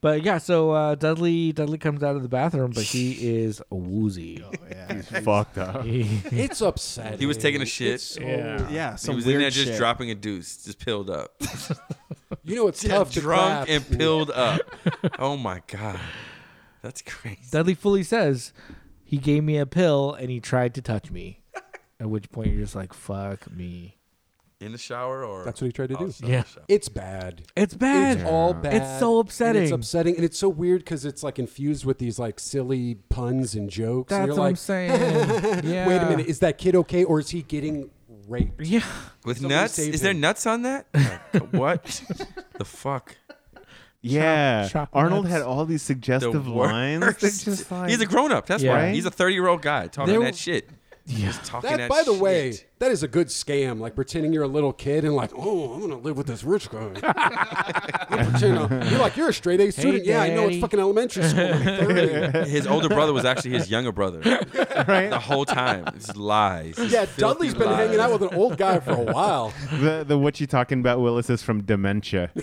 Speaker 2: But yeah, so uh, Dudley Dudley comes out of the bathroom, but he is woozy. Oh, yeah.
Speaker 3: He's fucked up.
Speaker 6: it's upsetting.
Speaker 4: He was taking a shit.
Speaker 6: It's so- Yeah. yeah,
Speaker 4: he
Speaker 6: some
Speaker 4: was in
Speaker 6: weird
Speaker 4: there just
Speaker 6: shit.
Speaker 4: dropping a deuce, just pilled up.
Speaker 6: You know it's
Speaker 4: Yeah,
Speaker 6: tough to
Speaker 4: drunk
Speaker 6: clap.
Speaker 4: and pilled up. Oh my god, that's crazy.
Speaker 2: Dudley fully says, he gave me a pill and he tried to touch me. At which point you're just like, fuck me.
Speaker 4: In the shower or
Speaker 6: That's what he tried to
Speaker 4: Oh,
Speaker 6: do.
Speaker 2: Yeah.
Speaker 6: It's bad.
Speaker 2: It's bad.
Speaker 6: It's all
Speaker 2: Yeah.
Speaker 6: bad.
Speaker 2: It's so
Speaker 6: And
Speaker 2: upsetting.
Speaker 6: it's upsetting. And it's so weird because it's like infused with these like silly puns and jokes. and
Speaker 2: That's
Speaker 6: you're
Speaker 2: what I'm
Speaker 6: like,
Speaker 2: saying. Yeah.
Speaker 6: Wait a minute. Is that kid okay or is he getting raped?
Speaker 2: Yeah.
Speaker 4: With
Speaker 6: Somebody
Speaker 4: nuts?
Speaker 6: save
Speaker 4: Is there
Speaker 6: him.
Speaker 4: nuts on that? Like, what? the fuck?
Speaker 3: Yeah,
Speaker 4: Chop- chop
Speaker 3: Arnold
Speaker 4: nuts.
Speaker 3: had all these suggestive
Speaker 4: The
Speaker 3: lines. They're
Speaker 4: worst.
Speaker 3: just like-
Speaker 4: He's a grown up. That's
Speaker 3: Yeah.
Speaker 4: why he's a thirty year old guy talking
Speaker 6: There-
Speaker 4: that shit. Yeah. talking
Speaker 6: That,
Speaker 4: that
Speaker 6: by the
Speaker 4: shit.
Speaker 6: way, that is a good scam. Like pretending you're a little kid and like, oh, I'm gonna live with this rich guy. I'm pretending- you're like, you're a straight A student. yeah, I know it's
Speaker 4: Daddy.
Speaker 6: fucking elementary school. I'm 30.
Speaker 4: His older brother was actually his younger brother.
Speaker 3: Right?
Speaker 4: The whole time. It's lies. It's
Speaker 6: Yeah,
Speaker 4: filthy
Speaker 6: Dudley's been hanging out
Speaker 4: lies.
Speaker 6: with an old guy for a while.
Speaker 3: The the what you talking about Willis is from dementia.
Speaker 6: I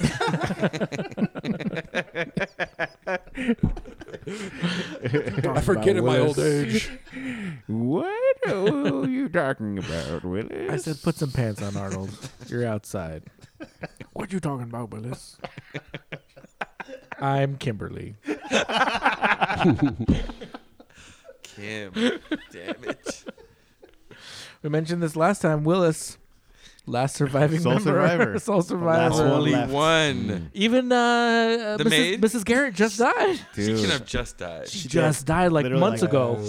Speaker 6: forget in my old age.
Speaker 3: What are you talking about, Willis?
Speaker 2: I said, put some pants on, Arnold. You're outside. what you talking about, Willis? I'm Kimberly.
Speaker 4: Kim, damn it.
Speaker 2: We mentioned this last time. Willis, last surviving
Speaker 3: Sole
Speaker 2: member.
Speaker 3: survivor.
Speaker 2: Sole
Speaker 3: The
Speaker 2: survivor.
Speaker 3: last one
Speaker 4: Only
Speaker 3: left.
Speaker 4: one.
Speaker 2: Even uh,
Speaker 4: The
Speaker 2: Mrs.
Speaker 4: maid?
Speaker 2: Mrs. Garrett just died.
Speaker 4: She
Speaker 3: Dude.
Speaker 4: could have just died.
Speaker 2: She just died like
Speaker 3: Literally
Speaker 2: months
Speaker 3: like-
Speaker 2: ago.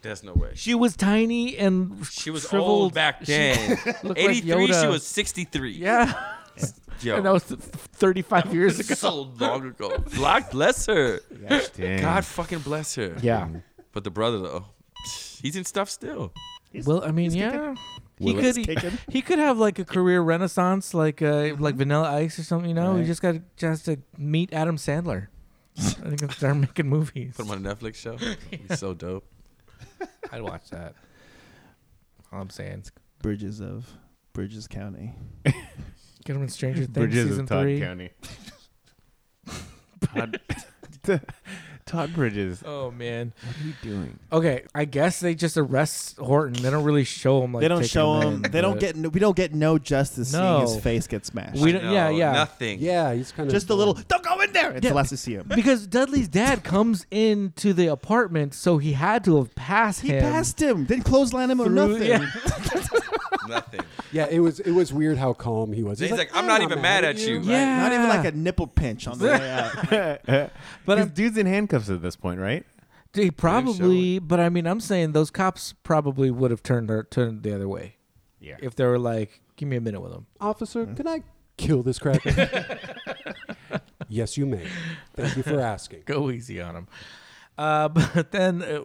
Speaker 4: There's no way.
Speaker 2: She was tiny and
Speaker 4: She was
Speaker 2: shriveled.
Speaker 4: old back
Speaker 2: She
Speaker 4: then.
Speaker 2: looked like
Speaker 4: 83, she
Speaker 2: Yoda.
Speaker 4: was 63.
Speaker 2: Yeah.
Speaker 4: Yo.
Speaker 2: And that was th- 35 years ago.
Speaker 4: So long ago. God bless her.
Speaker 3: Gosh dang.
Speaker 4: God fucking bless her.
Speaker 2: Yeah.
Speaker 4: But the brother, though, he's in stuff still.
Speaker 2: Well, I mean, yeah. He
Speaker 4: Will is
Speaker 2: could he,
Speaker 3: kicking.
Speaker 2: he could have like a career renaissance, like uh, like Vanilla Ice or something. You know, he
Speaker 5: Right.
Speaker 2: just got just to meet Adam Sandler. I think he'll start making movies.
Speaker 4: Put him on a Netflix show. He's so dope.
Speaker 2: I'd watch that. All I'm saying,
Speaker 5: Bridges of Bridges County.
Speaker 2: get him in Stranger Things
Speaker 3: Bridges
Speaker 2: season
Speaker 3: of Todd
Speaker 2: three.
Speaker 3: County. Todd, Todd Bridges.
Speaker 2: Oh man.
Speaker 3: What are you doing?
Speaker 2: Okay, I guess they just arrest Horton. They don't really show him. Like,
Speaker 5: they don't
Speaker 2: taking
Speaker 5: show
Speaker 2: in,
Speaker 5: him. They don't
Speaker 2: but-
Speaker 5: get. No, we don't get no justice seeing
Speaker 2: No.
Speaker 5: his face get smashed.
Speaker 2: We don't. yeah,
Speaker 4: No,
Speaker 2: yeah.
Speaker 4: Nothing.
Speaker 6: Yeah, he's kind of
Speaker 5: Just a little. Don't go in there. It's
Speaker 2: Yeah.
Speaker 5: the last we see him.
Speaker 2: Because Dudley's dad comes into the apartment, so he had to have passed
Speaker 5: He
Speaker 2: him.
Speaker 5: passed him. Didn't clothesline him or
Speaker 2: through-
Speaker 5: nothing.
Speaker 2: yeah.
Speaker 4: Nothing.
Speaker 6: Yeah, it was it was weird how calm he was.
Speaker 4: He's like, I'm not even mad at you.
Speaker 2: Yeah.
Speaker 5: Not even like a nipple pinch on the way out.
Speaker 3: But
Speaker 2: But
Speaker 3: his
Speaker 2: I'm-
Speaker 3: dude's in handcuffs at this point, right?
Speaker 2: They probably, but I mean, I'm saying those cops probably would have turned her, turned the other way
Speaker 3: Yeah.
Speaker 2: if they were like, "Give me a minute with him."
Speaker 6: officer,
Speaker 4: Mm-hmm.
Speaker 6: can I kill this crackhead? yes, you may. Thank you for asking.
Speaker 2: Go easy on him. Uh, but then uh,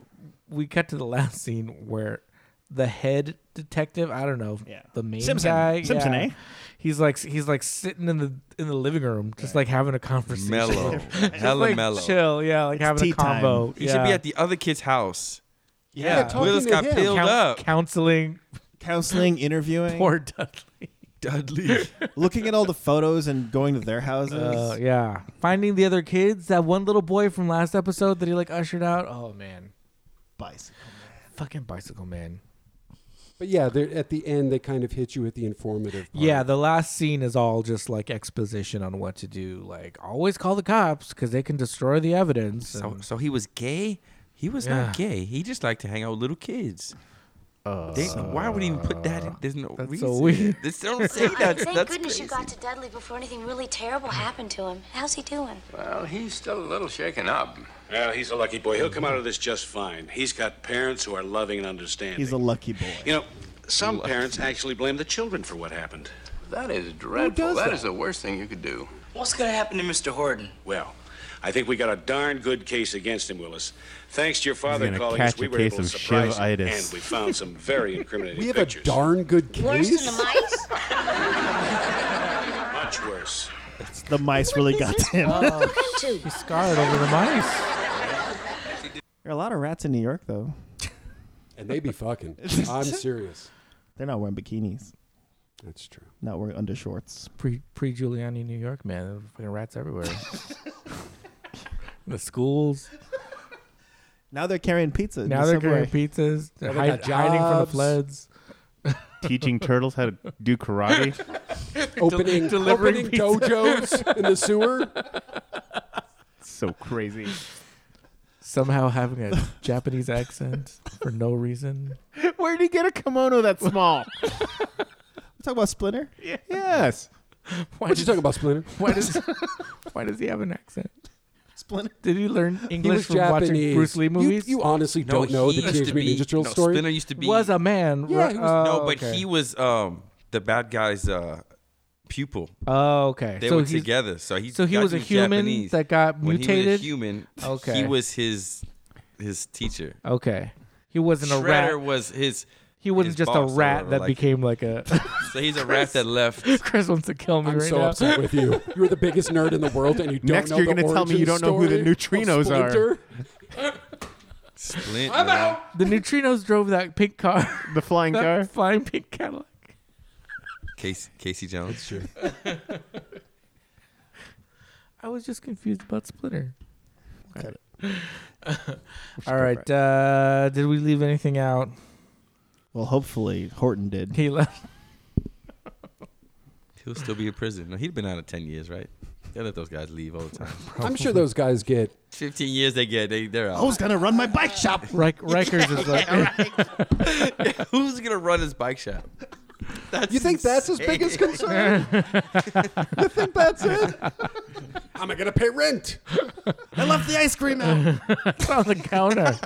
Speaker 2: we cut to the last scene where the head detective, I don't know,
Speaker 5: Yeah.
Speaker 2: the main
Speaker 5: Simpson.
Speaker 2: guy,
Speaker 5: Simpson, eh?
Speaker 2: He's like he's like sitting in the in the living room, just like having a conversation,
Speaker 4: Mellow.
Speaker 2: Just,
Speaker 4: Hella
Speaker 2: like,
Speaker 4: mellow.
Speaker 2: chill, yeah, like having
Speaker 5: tea
Speaker 2: a combo.
Speaker 5: time.
Speaker 4: He should be at the other kid's house.
Speaker 6: Yeah,
Speaker 2: yeah,
Speaker 6: talking
Speaker 4: Willis
Speaker 6: to
Speaker 4: got
Speaker 6: him.
Speaker 4: peeled
Speaker 2: Coun-
Speaker 4: up.
Speaker 2: counseling
Speaker 5: Counseling, interviewing,
Speaker 2: poor Dudley.
Speaker 4: Dudley.
Speaker 5: looking at all the photos and going to their houses.
Speaker 2: Uh, yeah. Finding the other kids, that one little boy from last episode that he like ushered out. Oh man.
Speaker 5: Bicycle.
Speaker 2: Fucking bicycle man.
Speaker 6: But yeah, they're- at the end they kind of hit you with the informative. Part.
Speaker 2: Yeah, the last scene is all just like exposition on what to do. Like always call the cops because they can destroy the evidence.
Speaker 4: So,
Speaker 2: and-
Speaker 4: so he was gay? He was
Speaker 2: Yeah.
Speaker 4: not gay. He just liked to hang out with little kids. They- why would he even put that in? There's no
Speaker 2: that's so
Speaker 4: reason.
Speaker 2: weird.
Speaker 4: This- don't say
Speaker 13: I-
Speaker 4: that.
Speaker 13: Thank
Speaker 4: that's
Speaker 13: goodness
Speaker 4: crazy.
Speaker 13: you got to Dudley before anything really terrible happened to him. How's he doing?
Speaker 1: Well, he's still a little shaken up.
Speaker 14: Well, he's a lucky boy. He'll come out of this just fine. He's got parents who are loving and understanding.
Speaker 5: He's a lucky boy.
Speaker 14: you know, some parents actually blame the children for what happened.
Speaker 1: That is dreadful.
Speaker 6: does
Speaker 1: that
Speaker 6: that?
Speaker 1: is the worst thing you could do.
Speaker 11: What's gonna happen to Mr. Horton?
Speaker 14: Well, I think we got a darn good case against him, Willis. Thanks to your father
Speaker 3: gonna
Speaker 14: calling
Speaker 3: catch
Speaker 14: us, we
Speaker 3: a
Speaker 14: were
Speaker 3: case
Speaker 14: able to
Speaker 3: of
Speaker 14: surprise him,
Speaker 3: shivitis.
Speaker 14: and we found some very incriminating
Speaker 6: we have a
Speaker 14: pictures.
Speaker 6: darn good
Speaker 13: Worse than the
Speaker 6: case.
Speaker 13: mice?
Speaker 14: Much worse.
Speaker 5: The mice really got to him.
Speaker 2: Oh.
Speaker 13: Two.
Speaker 2: He's scarred over the mice.
Speaker 5: There are a lot of rats in New York, though.
Speaker 6: And they be fucking. I'm serious.
Speaker 5: They're not wearing bikinis.
Speaker 6: That's true.
Speaker 5: Not wearing undershorts.
Speaker 2: Pre pre Giuliani New York, man. There were fucking rats everywhere. the schools.
Speaker 5: Now they're carrying pizza. in
Speaker 2: Now
Speaker 5: the
Speaker 2: they're
Speaker 5: subway.
Speaker 2: carrying pizzas. They're
Speaker 6: Now they
Speaker 2: hide-
Speaker 6: got
Speaker 2: hiding from the
Speaker 6: jobs.
Speaker 2: floods.
Speaker 3: Teaching turtles how to do karate.
Speaker 6: Opening
Speaker 2: delivering
Speaker 6: opening
Speaker 2: pizza.
Speaker 6: dojos in the sewer.
Speaker 3: so crazy.
Speaker 2: Somehow having a Japanese accent for no reason.
Speaker 3: Where did he get a
Speaker 2: oh,
Speaker 3: kimono that small?
Speaker 5: Talk about Splinter.
Speaker 3: yes.
Speaker 2: Why
Speaker 6: What you talking about, Splinter?
Speaker 2: Why does Why does he have an accent?
Speaker 5: Splinter.
Speaker 2: Did he learn
Speaker 6: He was
Speaker 2: English from watching
Speaker 6: Japanese.
Speaker 2: Bruce Lee
Speaker 6: You-
Speaker 2: movies?
Speaker 6: You, honestly don't know
Speaker 4: he
Speaker 6: the
Speaker 4: used
Speaker 6: Teenage
Speaker 4: to be-
Speaker 6: Mutant Ninja Turtle
Speaker 4: no,
Speaker 6: story.
Speaker 4: Spinner used to be
Speaker 2: was a man.
Speaker 6: Yeah,
Speaker 2: right?
Speaker 6: he was-
Speaker 4: no,
Speaker 2: Oh,
Speaker 4: but
Speaker 2: okay.
Speaker 4: he was um the bad guy's uh pupil.
Speaker 2: Oh, okay.
Speaker 4: They
Speaker 2: so
Speaker 4: were
Speaker 2: he's-
Speaker 4: together, so he
Speaker 2: so he
Speaker 4: got
Speaker 2: was
Speaker 4: to
Speaker 2: a
Speaker 4: be
Speaker 2: human
Speaker 4: Japanese.
Speaker 2: that got
Speaker 4: When He was
Speaker 2: mutated?
Speaker 4: a human.
Speaker 2: Okay.
Speaker 4: he was his his teacher.
Speaker 2: Okay. He wasn't a
Speaker 4: Shredder
Speaker 2: rat.
Speaker 4: was his.
Speaker 2: He wasn't
Speaker 4: his
Speaker 2: just a
Speaker 4: boss or
Speaker 2: rat
Speaker 4: whatever,
Speaker 2: that
Speaker 4: like-
Speaker 2: became like a.
Speaker 4: So he's a rat that left.
Speaker 2: Chris wants to kill me
Speaker 6: I'm
Speaker 2: right
Speaker 6: so
Speaker 2: now.
Speaker 6: upset with you. You're the biggest nerd in the world, and you don't
Speaker 3: Next,
Speaker 6: know
Speaker 3: you're
Speaker 6: the
Speaker 3: gonna tell me
Speaker 6: origin
Speaker 3: you don't know who the
Speaker 6: story of
Speaker 3: neutrinos are.
Speaker 6: Splinter?
Speaker 4: Splint.
Speaker 2: The neutrinos drove that pink car,
Speaker 3: The flying car.
Speaker 2: that flying pink Cadillac.
Speaker 4: Casey, Casey Jones.
Speaker 2: I was just confused about Splinter.
Speaker 5: Cut it.
Speaker 2: All right. Uh, did we leave anything out?
Speaker 5: Well, hopefully Horton did.
Speaker 2: He left.
Speaker 4: He'll still be in prison. No, He'd been out of ten years, right? They let those guys leave all the time.
Speaker 6: I'm sure those guys get.
Speaker 4: Fifteen years they get. They they're out.
Speaker 5: Who's gonna run my bike shop?
Speaker 2: Rick, Rikers is like.
Speaker 4: Who's gonna run his bike shop?
Speaker 6: you think that's his biggest concern? you think that's it? Am I gonna pay rent?
Speaker 5: I left the ice cream out.
Speaker 2: it's on the counter.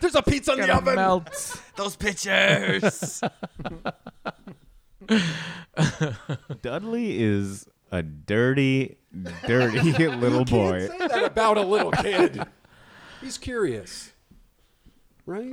Speaker 6: There's a pizza in the
Speaker 2: Gonna
Speaker 6: oven.
Speaker 2: melt.
Speaker 4: Those pictures.
Speaker 3: Dudley is a dirty, dirty little boy.
Speaker 6: Say that about a little kid. He's curious, right?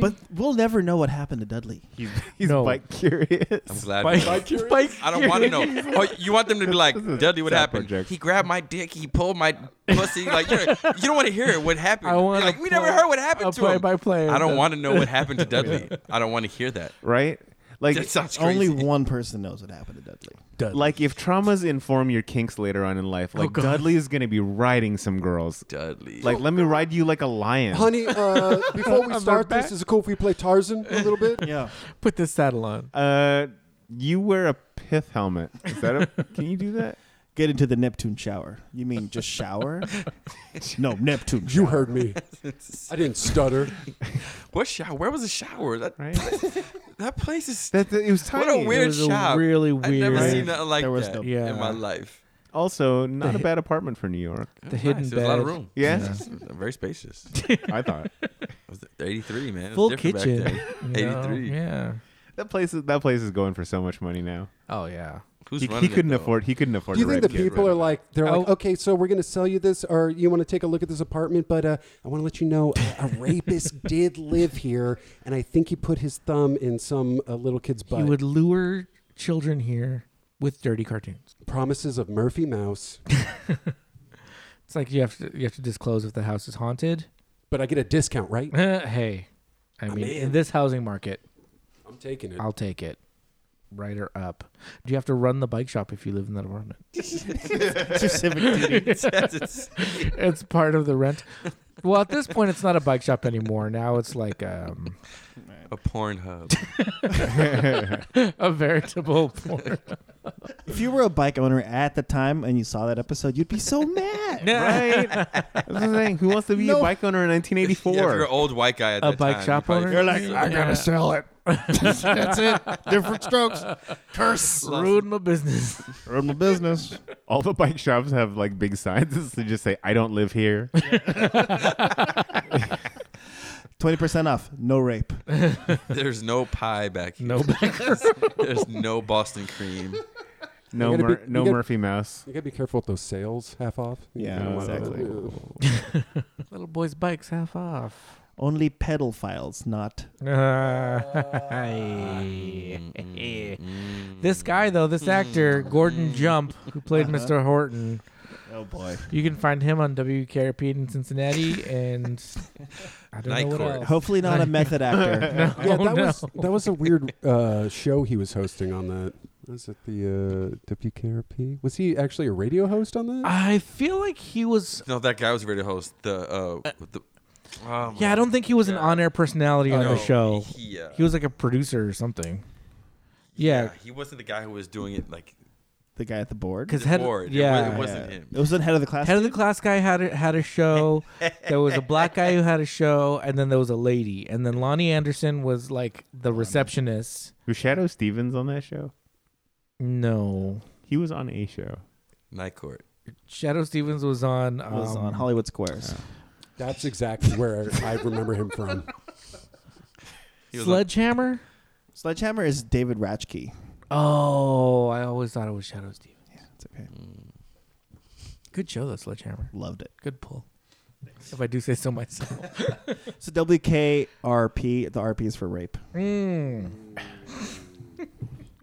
Speaker 5: But we'll never know what happened to Dudley.
Speaker 3: He's, he's
Speaker 2: No.
Speaker 3: bike curious.
Speaker 4: I'm glad.
Speaker 2: Bike-
Speaker 4: we know.
Speaker 6: curious.
Speaker 4: I don't want to know. Oh, you want them to be like, Dudley, what
Speaker 3: side
Speaker 4: happened?
Speaker 3: project.
Speaker 4: He grabbed my dick. He pulled my pussy. Like you, know, you don't want to hear what happened.
Speaker 2: I want
Speaker 4: like
Speaker 2: a
Speaker 4: we never
Speaker 2: play-
Speaker 4: heard what
Speaker 2: a
Speaker 4: happened to him.
Speaker 2: play-by-play of
Speaker 4: I don't
Speaker 2: Dud-
Speaker 4: want to know what happened to Dudley. I don't want to hear that.
Speaker 3: Right? Like
Speaker 4: That sounds
Speaker 5: Only
Speaker 4: crazy.
Speaker 5: one person knows what happened to Dudley.
Speaker 3: like if traumas inform your kinks later on in life, like
Speaker 2: Oh, God.
Speaker 3: Dudley is gonna be riding some girls.
Speaker 4: Dudley.
Speaker 3: Like let me ride you like a lion.
Speaker 6: Honey, uh, before we start this, is it cool if we play Tarzan a little bit?
Speaker 5: Yeah.
Speaker 2: Put this saddle on.
Speaker 3: Uh, you wear a pith helmet. Is that a, can you do that?
Speaker 5: Get into the Neptune shower. You mean just shower? no, Neptune.
Speaker 6: You heard me. I didn't stutter.
Speaker 4: what shower? Where was the shower? That
Speaker 3: Right?
Speaker 4: that place is.
Speaker 3: that, that- it was tiny.
Speaker 4: what a weird
Speaker 2: was a
Speaker 4: shop.
Speaker 2: really
Speaker 4: I've never
Speaker 2: weird-
Speaker 4: seen nothing like
Speaker 5: There was
Speaker 4: that
Speaker 5: no-
Speaker 2: Yeah.
Speaker 4: in my life.
Speaker 3: Also, not a bad apartment for New York.
Speaker 2: The hidden
Speaker 4: nice.
Speaker 2: bed.
Speaker 4: There's a lot of room.
Speaker 3: Yeah.
Speaker 4: Very spacious.
Speaker 3: I thought
Speaker 4: It was 83, man. It was
Speaker 2: Full
Speaker 4: different back
Speaker 2: kitchen.
Speaker 4: then.
Speaker 2: you know?
Speaker 4: 83.
Speaker 2: Yeah.
Speaker 3: that place is, that place is going for so much money now.
Speaker 2: Oh yeah.
Speaker 4: Who's
Speaker 3: He, he
Speaker 4: running it,
Speaker 3: couldn't
Speaker 4: though?
Speaker 3: afford. He couldn't afford.
Speaker 6: Do you
Speaker 3: a
Speaker 6: think
Speaker 3: red
Speaker 6: the
Speaker 3: kid
Speaker 6: people
Speaker 3: right
Speaker 6: are like they're like,
Speaker 2: Oh.
Speaker 6: okay, so we're gonna sell you this, or you want to take a look at this apartment, but uh, I want to let you know a, a rapist did live here, and I think he put his thumb in some uh, little kid's butt.
Speaker 2: He would lure children here with dirty cartoons.
Speaker 6: Promises of Murphy Mouse,
Speaker 2: It's like you have to you have to disclose if the house is haunted.
Speaker 6: but I get a discount, right?
Speaker 2: hey, I mean, in
Speaker 6: in.
Speaker 2: this housing market,
Speaker 6: I'm taking it.
Speaker 2: I'll take it. Writer up. Do you have to run the bike shop if you live in that apartment?
Speaker 5: Civic duty.
Speaker 4: That's its-
Speaker 2: it's part of the rent. Well, at this point, it's not a bike shop anymore. Now it's like um,
Speaker 4: a porn hub.
Speaker 2: a veritable porn.
Speaker 5: If you were a bike owner at the time and you saw that episode, you'd be so mad.
Speaker 3: Right. That's what I'm saying. Who wants to be a
Speaker 5: No.
Speaker 3: bike owner in
Speaker 4: Yeah, if
Speaker 3: 1984?
Speaker 4: you're an old white guy at
Speaker 2: A
Speaker 4: that
Speaker 2: bike
Speaker 4: time,
Speaker 2: shop
Speaker 4: probably
Speaker 2: owner?
Speaker 4: feel
Speaker 2: You're like,
Speaker 4: so-
Speaker 2: I gotta
Speaker 5: sell it. That's it. Different strokes. Curse.
Speaker 2: Ruined my business.
Speaker 5: Run my business.
Speaker 3: All the bike shops have like big signs that just say, "I don't live here."
Speaker 5: Twenty percent off. No rape.
Speaker 4: There's no pie back here.
Speaker 2: No bike.
Speaker 4: There's no Boston cream.
Speaker 3: No,
Speaker 6: You gotta
Speaker 3: Mur-
Speaker 6: be- you
Speaker 3: no
Speaker 6: gotta-
Speaker 3: Murphy Mouse.
Speaker 6: You gotta be careful with those sales, half off.
Speaker 5: Yeah,
Speaker 6: You know,
Speaker 5: exactly.
Speaker 6: uh,
Speaker 2: Little boy's bikes half off.
Speaker 5: Only pedal files, not
Speaker 2: this guy though, this actor
Speaker 4: Hmm.
Speaker 2: Gordon Jump, who played
Speaker 4: Uh-huh.
Speaker 2: Mr. Horton.
Speaker 5: Oh boy.
Speaker 2: You can find him on WKRP in Cincinnati, and I don't
Speaker 4: Night
Speaker 2: know what
Speaker 4: Court.
Speaker 2: else.
Speaker 5: Hopefully not a method actor.
Speaker 6: Yeah,
Speaker 2: Oh,
Speaker 6: that
Speaker 2: no.
Speaker 6: was that was a weird uh, show he was hosting on that. Was it the uh, WKRP? Was he actually a radio host on that?
Speaker 2: I feel like he was.
Speaker 4: No, that guy was radio host. The uh, the. Oh,
Speaker 2: Yeah, I don't think he was an
Speaker 4: Yeah.
Speaker 2: on-air personality on
Speaker 4: No,
Speaker 2: the show.
Speaker 4: he, uh,
Speaker 2: He was like a producer or something. Yeah,
Speaker 4: He wasn't the guy who was doing it like
Speaker 5: the guy at the board.
Speaker 2: because
Speaker 4: the
Speaker 2: head.
Speaker 4: board.
Speaker 2: Yeah,
Speaker 4: it, was, not him.
Speaker 5: It was the head of the class.
Speaker 2: Head of the class guy had a, had a show. there was a black guy who had a show, and then there was a lady, and then Lonnie Anderson was like the receptionist.
Speaker 3: Was Shadow Stevens on that show?
Speaker 2: No,
Speaker 3: He was on a show.
Speaker 4: Night court.
Speaker 2: Shadow Stevens was on. Um,
Speaker 5: was on Hollywood Squares.
Speaker 6: That's exactly where I remember him from.
Speaker 4: He was on-
Speaker 2: Sledgehammer.
Speaker 5: Sledgehammer is David Ratchkey.
Speaker 2: Oh, I always thought it was Shadow Stevens. Mm.
Speaker 5: Yeah, it's okay.
Speaker 2: Good show though, Sledgehammer.
Speaker 5: Loved it.
Speaker 2: Good pull. If I do say so myself.
Speaker 5: So WKRP. The RP is for rape.
Speaker 3: Hmm.
Speaker 2: Mm.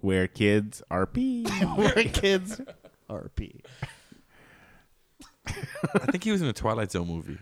Speaker 3: Where kids are pee.
Speaker 5: We're kids. RP.
Speaker 4: I think he was in a Twilight Zone movie.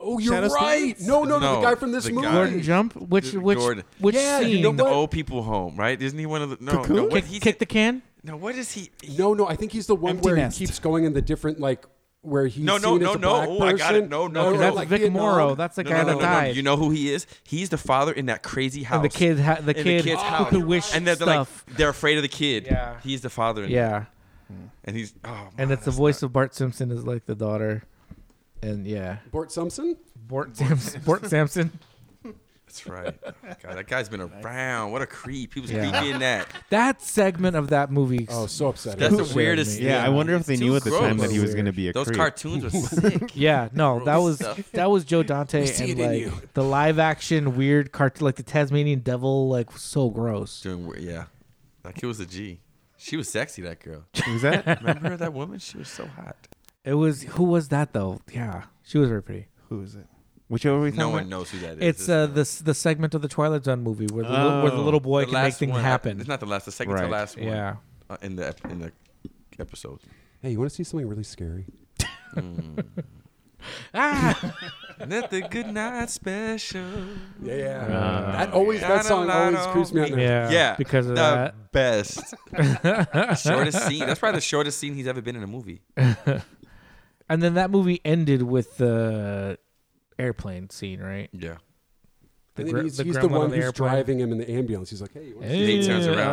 Speaker 6: Oh, you're
Speaker 5: Shadow
Speaker 6: right.
Speaker 5: Stevens?
Speaker 6: No, no, no,
Speaker 4: No,
Speaker 6: the guy from this
Speaker 4: the
Speaker 6: movie.
Speaker 4: guy.
Speaker 2: Gordon Jump. Which
Speaker 4: Dude,
Speaker 2: which
Speaker 4: Gordon.
Speaker 2: which
Speaker 6: Yeah,
Speaker 2: scene?
Speaker 6: you know
Speaker 4: The
Speaker 6: What?
Speaker 4: old people home, right? Isn't he one of the no?
Speaker 5: Cocoon?
Speaker 4: No, what,
Speaker 2: Kick,
Speaker 4: he's,
Speaker 2: kick the can.
Speaker 4: no, what is he? he
Speaker 6: No, no, I think he's the one
Speaker 5: Empty
Speaker 6: where
Speaker 5: Nest.
Speaker 6: he keeps going in the different like where he's
Speaker 4: no, no,
Speaker 6: seen
Speaker 4: no,
Speaker 6: as a
Speaker 4: no.
Speaker 6: black
Speaker 4: Oh,
Speaker 6: person?
Speaker 4: I got it. No, no,
Speaker 6: Or,
Speaker 4: no.
Speaker 2: that's
Speaker 4: Like
Speaker 2: Vic
Speaker 4: Vietnam?
Speaker 2: Morrow. That's the
Speaker 4: No,
Speaker 2: guy
Speaker 4: no, no,
Speaker 2: that
Speaker 4: no, no.
Speaker 2: died.
Speaker 4: You know who he is? He's the father in that crazy house.
Speaker 2: And the kid ha- the
Speaker 4: In
Speaker 2: kid
Speaker 4: kid's
Speaker 2: who
Speaker 4: house.
Speaker 2: could wish
Speaker 4: and they're, they're
Speaker 2: stuff.
Speaker 4: like they're afraid of the kid. Yeah, he's the father. In
Speaker 2: Yeah.
Speaker 4: that. and he's oh,
Speaker 2: and it's the voice of Bart Simpson is like the daughter, and yeah,
Speaker 6: Bort Simpson?
Speaker 2: Bort Samson. Bort Sampson.
Speaker 4: that's right. God, that guy's been around. What a creep. He was
Speaker 2: Yeah.
Speaker 4: creepy in that.
Speaker 2: that segment of that movie.
Speaker 6: Oh, so upsetting.
Speaker 4: That's the weirdest.
Speaker 3: Yeah, I wonder if they
Speaker 4: Too
Speaker 3: knew at the time
Speaker 4: gross.
Speaker 3: that he was going to be a
Speaker 4: Those
Speaker 3: creep.
Speaker 4: cartoons were sick.
Speaker 2: Yeah, no, that
Speaker 4: Gross
Speaker 2: was
Speaker 4: stuff.
Speaker 2: that was Joe Dante
Speaker 4: We see
Speaker 2: and
Speaker 4: it in
Speaker 2: like
Speaker 4: you.
Speaker 2: the live action weird cartoon, like the Tasmanian devil, like so gross.
Speaker 4: Doing weird, yeah. That kid was a G. She was sexy. That girl.
Speaker 2: Who's that?
Speaker 4: Remember that woman? She was so hot.
Speaker 2: It was who was that though? Yeah, she was very pretty.
Speaker 5: Who is it?
Speaker 3: Which over we
Speaker 4: No
Speaker 3: talking
Speaker 4: one
Speaker 3: about?
Speaker 4: knows who that is. Oh,
Speaker 2: It's uh, this the segment of the Twilight Zone movie where the, li- where the little boy
Speaker 4: The
Speaker 2: can make
Speaker 4: last
Speaker 2: things
Speaker 4: one. uh,
Speaker 2: happen.
Speaker 4: It's not the last. The second to
Speaker 2: Right.
Speaker 4: last one.
Speaker 2: Yeah.
Speaker 4: uh, in the ep- in the episode.
Speaker 6: Hey, you want to see something really scary?
Speaker 2: ah,
Speaker 4: Let the good night special.
Speaker 6: Yeah, yeah. that always that song always creeps me out. now.
Speaker 2: Yeah, because of
Speaker 4: the
Speaker 2: that.
Speaker 4: Best shortest scene. That's probably the shortest scene he's ever been in a movie.
Speaker 2: and then that movie ended with the airplane scene, right?
Speaker 4: Yeah.
Speaker 6: And then
Speaker 2: gre-
Speaker 6: he's, he's
Speaker 2: gremlin
Speaker 6: the
Speaker 2: on
Speaker 6: one who's
Speaker 2: airplane.
Speaker 6: driving him in the ambulance. He's like, "Hey, you want
Speaker 2: Hey.
Speaker 6: to
Speaker 4: He turns around. Yeah,
Speaker 2: Ah,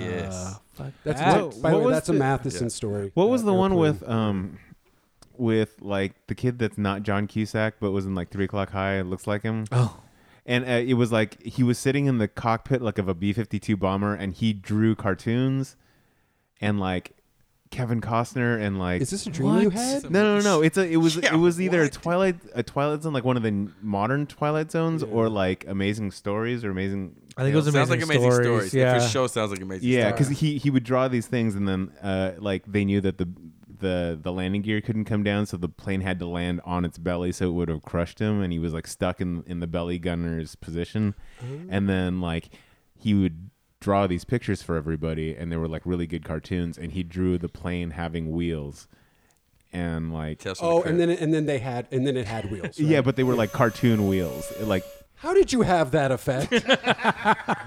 Speaker 4: yeah, yes.
Speaker 2: fuck
Speaker 6: That's
Speaker 2: that.
Speaker 6: what- by the
Speaker 3: What
Speaker 6: way,
Speaker 3: was
Speaker 6: that's a
Speaker 3: the-
Speaker 6: Matheson story.
Speaker 3: What was
Speaker 6: that
Speaker 3: the one
Speaker 6: Uh, airplane.
Speaker 3: with um, with like the kid that's not John Cusack but was in like Three O'clock High? It looks like him.
Speaker 2: Oh.
Speaker 3: And uh, it was like he was sitting in the cockpit like of a B fifty two bomber, and he drew cartoons, and like Kevin Costner and like
Speaker 6: Is this a dream you
Speaker 2: What?
Speaker 6: had?
Speaker 3: no, no, no. It's a. It was.
Speaker 4: Yeah,
Speaker 3: it was either a Twilight, a Twilight Zone, like one of the n- modern Twilight Zones, or like Amazing Stories or Amazing.
Speaker 2: I think it was
Speaker 3: Tales.
Speaker 2: Amazing,
Speaker 4: sounds like amazing stories.
Speaker 2: stories. Yeah,
Speaker 4: If his show sounds like amazing.
Speaker 3: Yeah,
Speaker 4: stories.
Speaker 3: because he he would draw these things, and then uh, like they knew that the the the landing gear couldn't come down, so the plane had to land on its belly, so it would have crushed him, and he was like stuck in in the belly gunner's position, and then like he would draw these pictures for everybody, and they were like really good cartoons, and he drew the plane having wheels, and like
Speaker 4: Tales from the
Speaker 6: Oh,
Speaker 4: Crypt.
Speaker 6: and then and then they had and then it had wheels. right?
Speaker 3: yeah, but they were like cartoon wheels, like.
Speaker 6: How did you have that effect?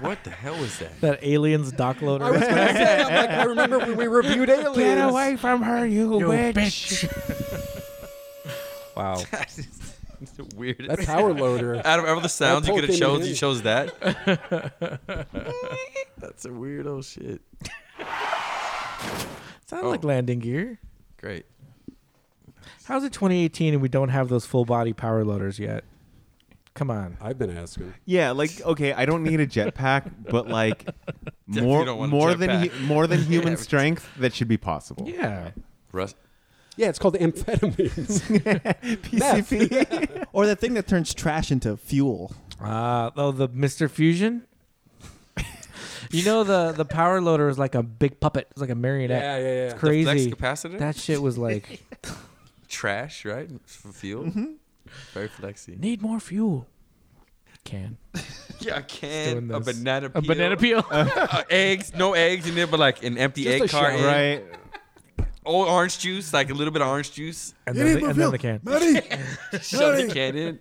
Speaker 4: what the hell was that?
Speaker 2: that aliens dock
Speaker 6: I was
Speaker 2: loader.
Speaker 6: gonna say, I'm like, I remember when we reviewed Aliens.
Speaker 3: from her, you,
Speaker 2: wow.
Speaker 4: it's the weirdest.
Speaker 6: That power loader.
Speaker 4: Out of all the sounds you
Speaker 6: pole
Speaker 4: could have
Speaker 6: came in
Speaker 4: chose,
Speaker 6: handy.
Speaker 4: you chose that. That's a weirdo shit.
Speaker 2: Sound
Speaker 4: Oh.
Speaker 2: like landing gear.
Speaker 4: Great.
Speaker 2: How's it 2018 and we don't have those full body power loaders yet? Come on.
Speaker 6: I've been asking.
Speaker 3: Yeah, like okay, I don't need a jetpack, but like
Speaker 4: Definitely
Speaker 3: more
Speaker 4: don't want a
Speaker 3: more than
Speaker 4: jetpack.
Speaker 3: hu- more than human strength that should be possible.
Speaker 2: Yeah.
Speaker 4: Russ.
Speaker 6: Yeah, it's called amphetamines.
Speaker 3: PCP.
Speaker 5: Or that thing that turns trash into fuel.
Speaker 2: Uh, oh, the Mr. Fusion? you know, the, the power loader is like a big puppet. It's like a marionette.
Speaker 6: Yeah, yeah, yeah.
Speaker 2: It's crazy.
Speaker 4: The flex capacitor?
Speaker 2: That shit was like,
Speaker 4: Trash, right? For fuel.
Speaker 2: Mm-hmm.
Speaker 4: Very flexy.
Speaker 2: need more fuel. Can.
Speaker 4: Yeah, I
Speaker 2: doing
Speaker 4: can. A
Speaker 2: this.
Speaker 4: banana
Speaker 2: A
Speaker 4: peel.
Speaker 2: banana peel?
Speaker 4: Uh, eggs, no eggs in there, but like an empty
Speaker 6: Just a
Speaker 4: egg carton.
Speaker 6: shell.
Speaker 3: right.
Speaker 4: Old orange juice, like a little bit of orange juice.
Speaker 2: and then, the, and then the can.
Speaker 4: Shove the can in.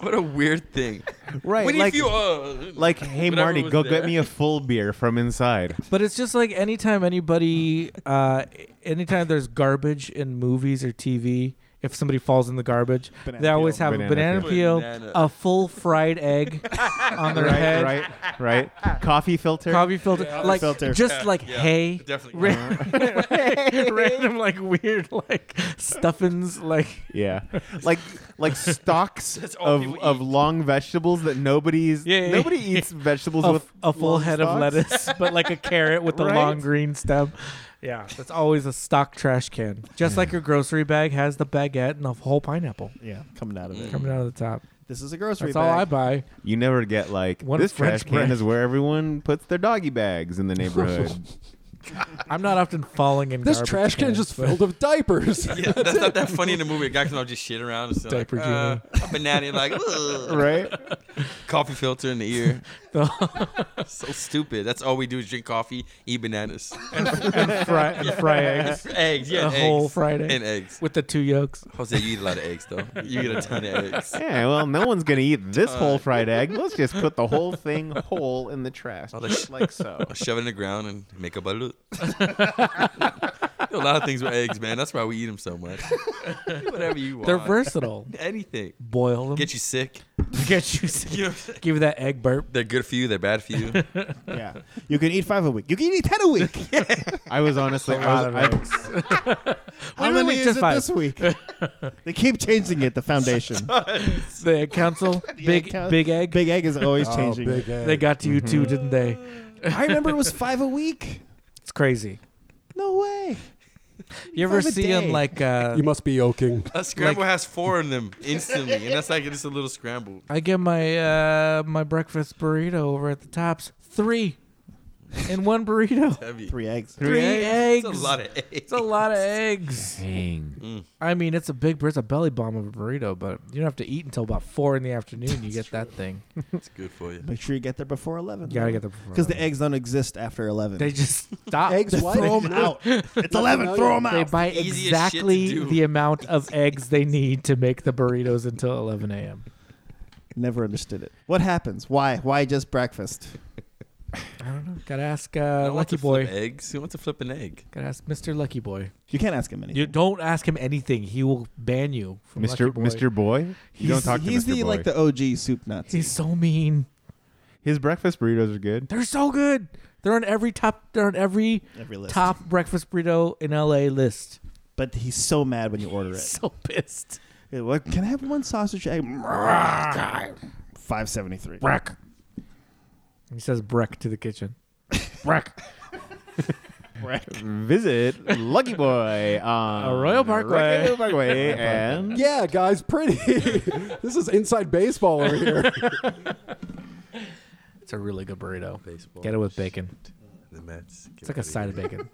Speaker 4: What a weird thing.
Speaker 3: Right.
Speaker 4: We need
Speaker 3: like,
Speaker 4: fuel. Uh,
Speaker 3: like hey
Speaker 4: whatever
Speaker 3: Marty,
Speaker 4: was
Speaker 3: go
Speaker 4: there.
Speaker 3: get me a full beer from inside.
Speaker 2: But it's just like anytime anybody, uh, anytime there's garbage in movies or TV, if somebody falls in the garbage,
Speaker 3: Banana
Speaker 2: they always
Speaker 3: peel.
Speaker 2: have a
Speaker 3: Banana
Speaker 2: banana peel,
Speaker 4: Banana.
Speaker 2: a full fried egg on their
Speaker 3: Right,
Speaker 2: head,
Speaker 3: right, right. Coffee filter.
Speaker 2: coffee filter, like
Speaker 3: filter.
Speaker 2: just like hay,
Speaker 4: definitely.
Speaker 2: Ra- random like weird like stuffings, like
Speaker 3: Yeah. Like like stocks
Speaker 4: all
Speaker 3: of
Speaker 4: people
Speaker 3: of long vegetables that nobody's
Speaker 2: Yeah, yeah,
Speaker 3: nobody
Speaker 2: yeah.
Speaker 3: eats vegetables
Speaker 2: a,
Speaker 3: with
Speaker 2: a full
Speaker 3: long
Speaker 2: head of
Speaker 3: stalks.
Speaker 2: lettuce, but like a carrot with a
Speaker 3: Right?
Speaker 2: long green stem. Yeah, that's always a stock trash can. Just like your grocery bag has the baguette and the whole pineapple
Speaker 5: Yeah, coming out of it.
Speaker 2: coming out of the top.
Speaker 3: Mm.
Speaker 5: This is a grocery
Speaker 2: That's
Speaker 5: bag.
Speaker 2: all I buy.
Speaker 3: You never get like
Speaker 2: What
Speaker 3: this
Speaker 2: a
Speaker 3: trash
Speaker 2: French
Speaker 3: can
Speaker 2: bread.
Speaker 3: is where everyone puts their doggy bags in the neighborhood.
Speaker 2: I'm not often falling in
Speaker 6: This
Speaker 2: garbage
Speaker 6: trash can
Speaker 2: cans,
Speaker 6: just
Speaker 2: but-
Speaker 6: filled with diapers.
Speaker 4: Yeah, that's not that funny in the movie. A guy comes out just shit around. And like,
Speaker 2: Diaper
Speaker 4: uh, a banana, like ugh.
Speaker 3: right?
Speaker 4: coffee filter in the ear. so stupid. That's all we do is drink coffee, eat bananas,
Speaker 2: and fry, and fry eggs.
Speaker 4: eggs. Yeah,
Speaker 2: a
Speaker 4: eggs.
Speaker 2: whole fried egg
Speaker 4: and eggs.
Speaker 2: with the two yolks.
Speaker 4: Jose, you eat a lot of eggs though. You eat a ton of eggs.
Speaker 3: Yeah, well, no one's gonna eat this
Speaker 2: Uh,
Speaker 3: whole fried egg. Let's just put the whole thing whole in the trash,
Speaker 4: Oh, the
Speaker 3: just
Speaker 4: sh-
Speaker 3: like so.
Speaker 4: Shove it in the ground and make a balut. Dude, a lot of things with eggs, man. That's why we eat them so much. Whatever you want.
Speaker 2: They're versatile.
Speaker 4: Anything.
Speaker 2: Boil them.
Speaker 4: Get you sick.
Speaker 2: Get you sick. Give you that egg burp.
Speaker 4: They're good for you. They're bad for you.
Speaker 5: yeah. You can eat five a week. You can eat ten a week.
Speaker 3: I was honestly. I was, I,
Speaker 5: How
Speaker 2: many
Speaker 5: many
Speaker 2: is
Speaker 5: is
Speaker 2: it
Speaker 5: it
Speaker 2: five?
Speaker 5: this week? they keep changing it. The foundation.
Speaker 2: the egg council, big
Speaker 5: council.
Speaker 2: big egg,
Speaker 5: Big Egg is always
Speaker 2: Oh,
Speaker 5: changing.
Speaker 2: Big
Speaker 5: it.
Speaker 2: Egg. They got to you too, didn't they?
Speaker 5: I remember it was five a week.
Speaker 2: It's crazy.
Speaker 5: No way.
Speaker 2: You ever
Speaker 5: Five a
Speaker 2: see him
Speaker 5: day.
Speaker 2: like? Uh,
Speaker 6: You must be yoking.
Speaker 4: A scramble has four in them instantly, and that's like just a little scramble.
Speaker 2: I get my uh, my breakfast burrito over at the tops. Three in one burrito.
Speaker 4: Heavy.
Speaker 5: Three eggs.
Speaker 2: Three eggs.
Speaker 4: It's a lot of Mm. eggs.
Speaker 2: It's a lot of eggs.
Speaker 3: Dang.
Speaker 2: I mean, it's a big, it's a belly bomb of a burrito, but you don't have to eat until about four in the afternoon. You get that thing.
Speaker 4: It's good for you.
Speaker 5: Make sure you get there before eleven.
Speaker 2: You gotta get there before
Speaker 5: because the eggs don't exist after eleven.
Speaker 2: They just stop.
Speaker 6: Eggs what?
Speaker 5: throw them out. It's eleven. Throw them out.
Speaker 2: They buy
Speaker 4: Easiest shit to
Speaker 2: exactly
Speaker 4: do.
Speaker 2: the amount of eggs they need to make the burritos until 11 a.m.
Speaker 5: Never understood it. What happens? Why? Why just breakfast?
Speaker 2: I don't know. Gotta ask
Speaker 4: I
Speaker 2: uh,
Speaker 4: don't want
Speaker 2: Lucky
Speaker 4: to flip
Speaker 2: Boy.
Speaker 4: Eggs. Who wants to flip an egg?
Speaker 2: Gotta ask Mr. Lucky Boy.
Speaker 5: You can't ask him anything.
Speaker 2: You don't ask him anything. He will ban you from
Speaker 3: Mr.
Speaker 2: Lucky Boy.
Speaker 3: Mr. Boy. You don't talk to
Speaker 5: he's
Speaker 3: Mr.
Speaker 5: the
Speaker 3: Boy.
Speaker 5: like the OG soup nuts.
Speaker 2: He's so mean.
Speaker 3: His breakfast burritos are good.
Speaker 2: They're so good. They're on every top. They're on every,
Speaker 5: Every list.
Speaker 2: top breakfast burrito in LA list.
Speaker 5: but he's so mad when you order it.
Speaker 2: So pissed.
Speaker 5: Hey, what? Can I have one sausage egg? Five seventy three.
Speaker 2: Breck. He says Breck to the kitchen. Breck.
Speaker 3: Visit Lucky Boy on
Speaker 2: Arroyo Parkway.
Speaker 3: Arroyo Parkway and
Speaker 6: Yeah, guys, pretty. this is inside baseball over here.
Speaker 2: It's a really good burrito.
Speaker 4: Baseball.
Speaker 2: Get it with bacon.
Speaker 4: The Mets. Get
Speaker 2: It's like a
Speaker 4: outta
Speaker 2: side
Speaker 4: here.
Speaker 2: of bacon.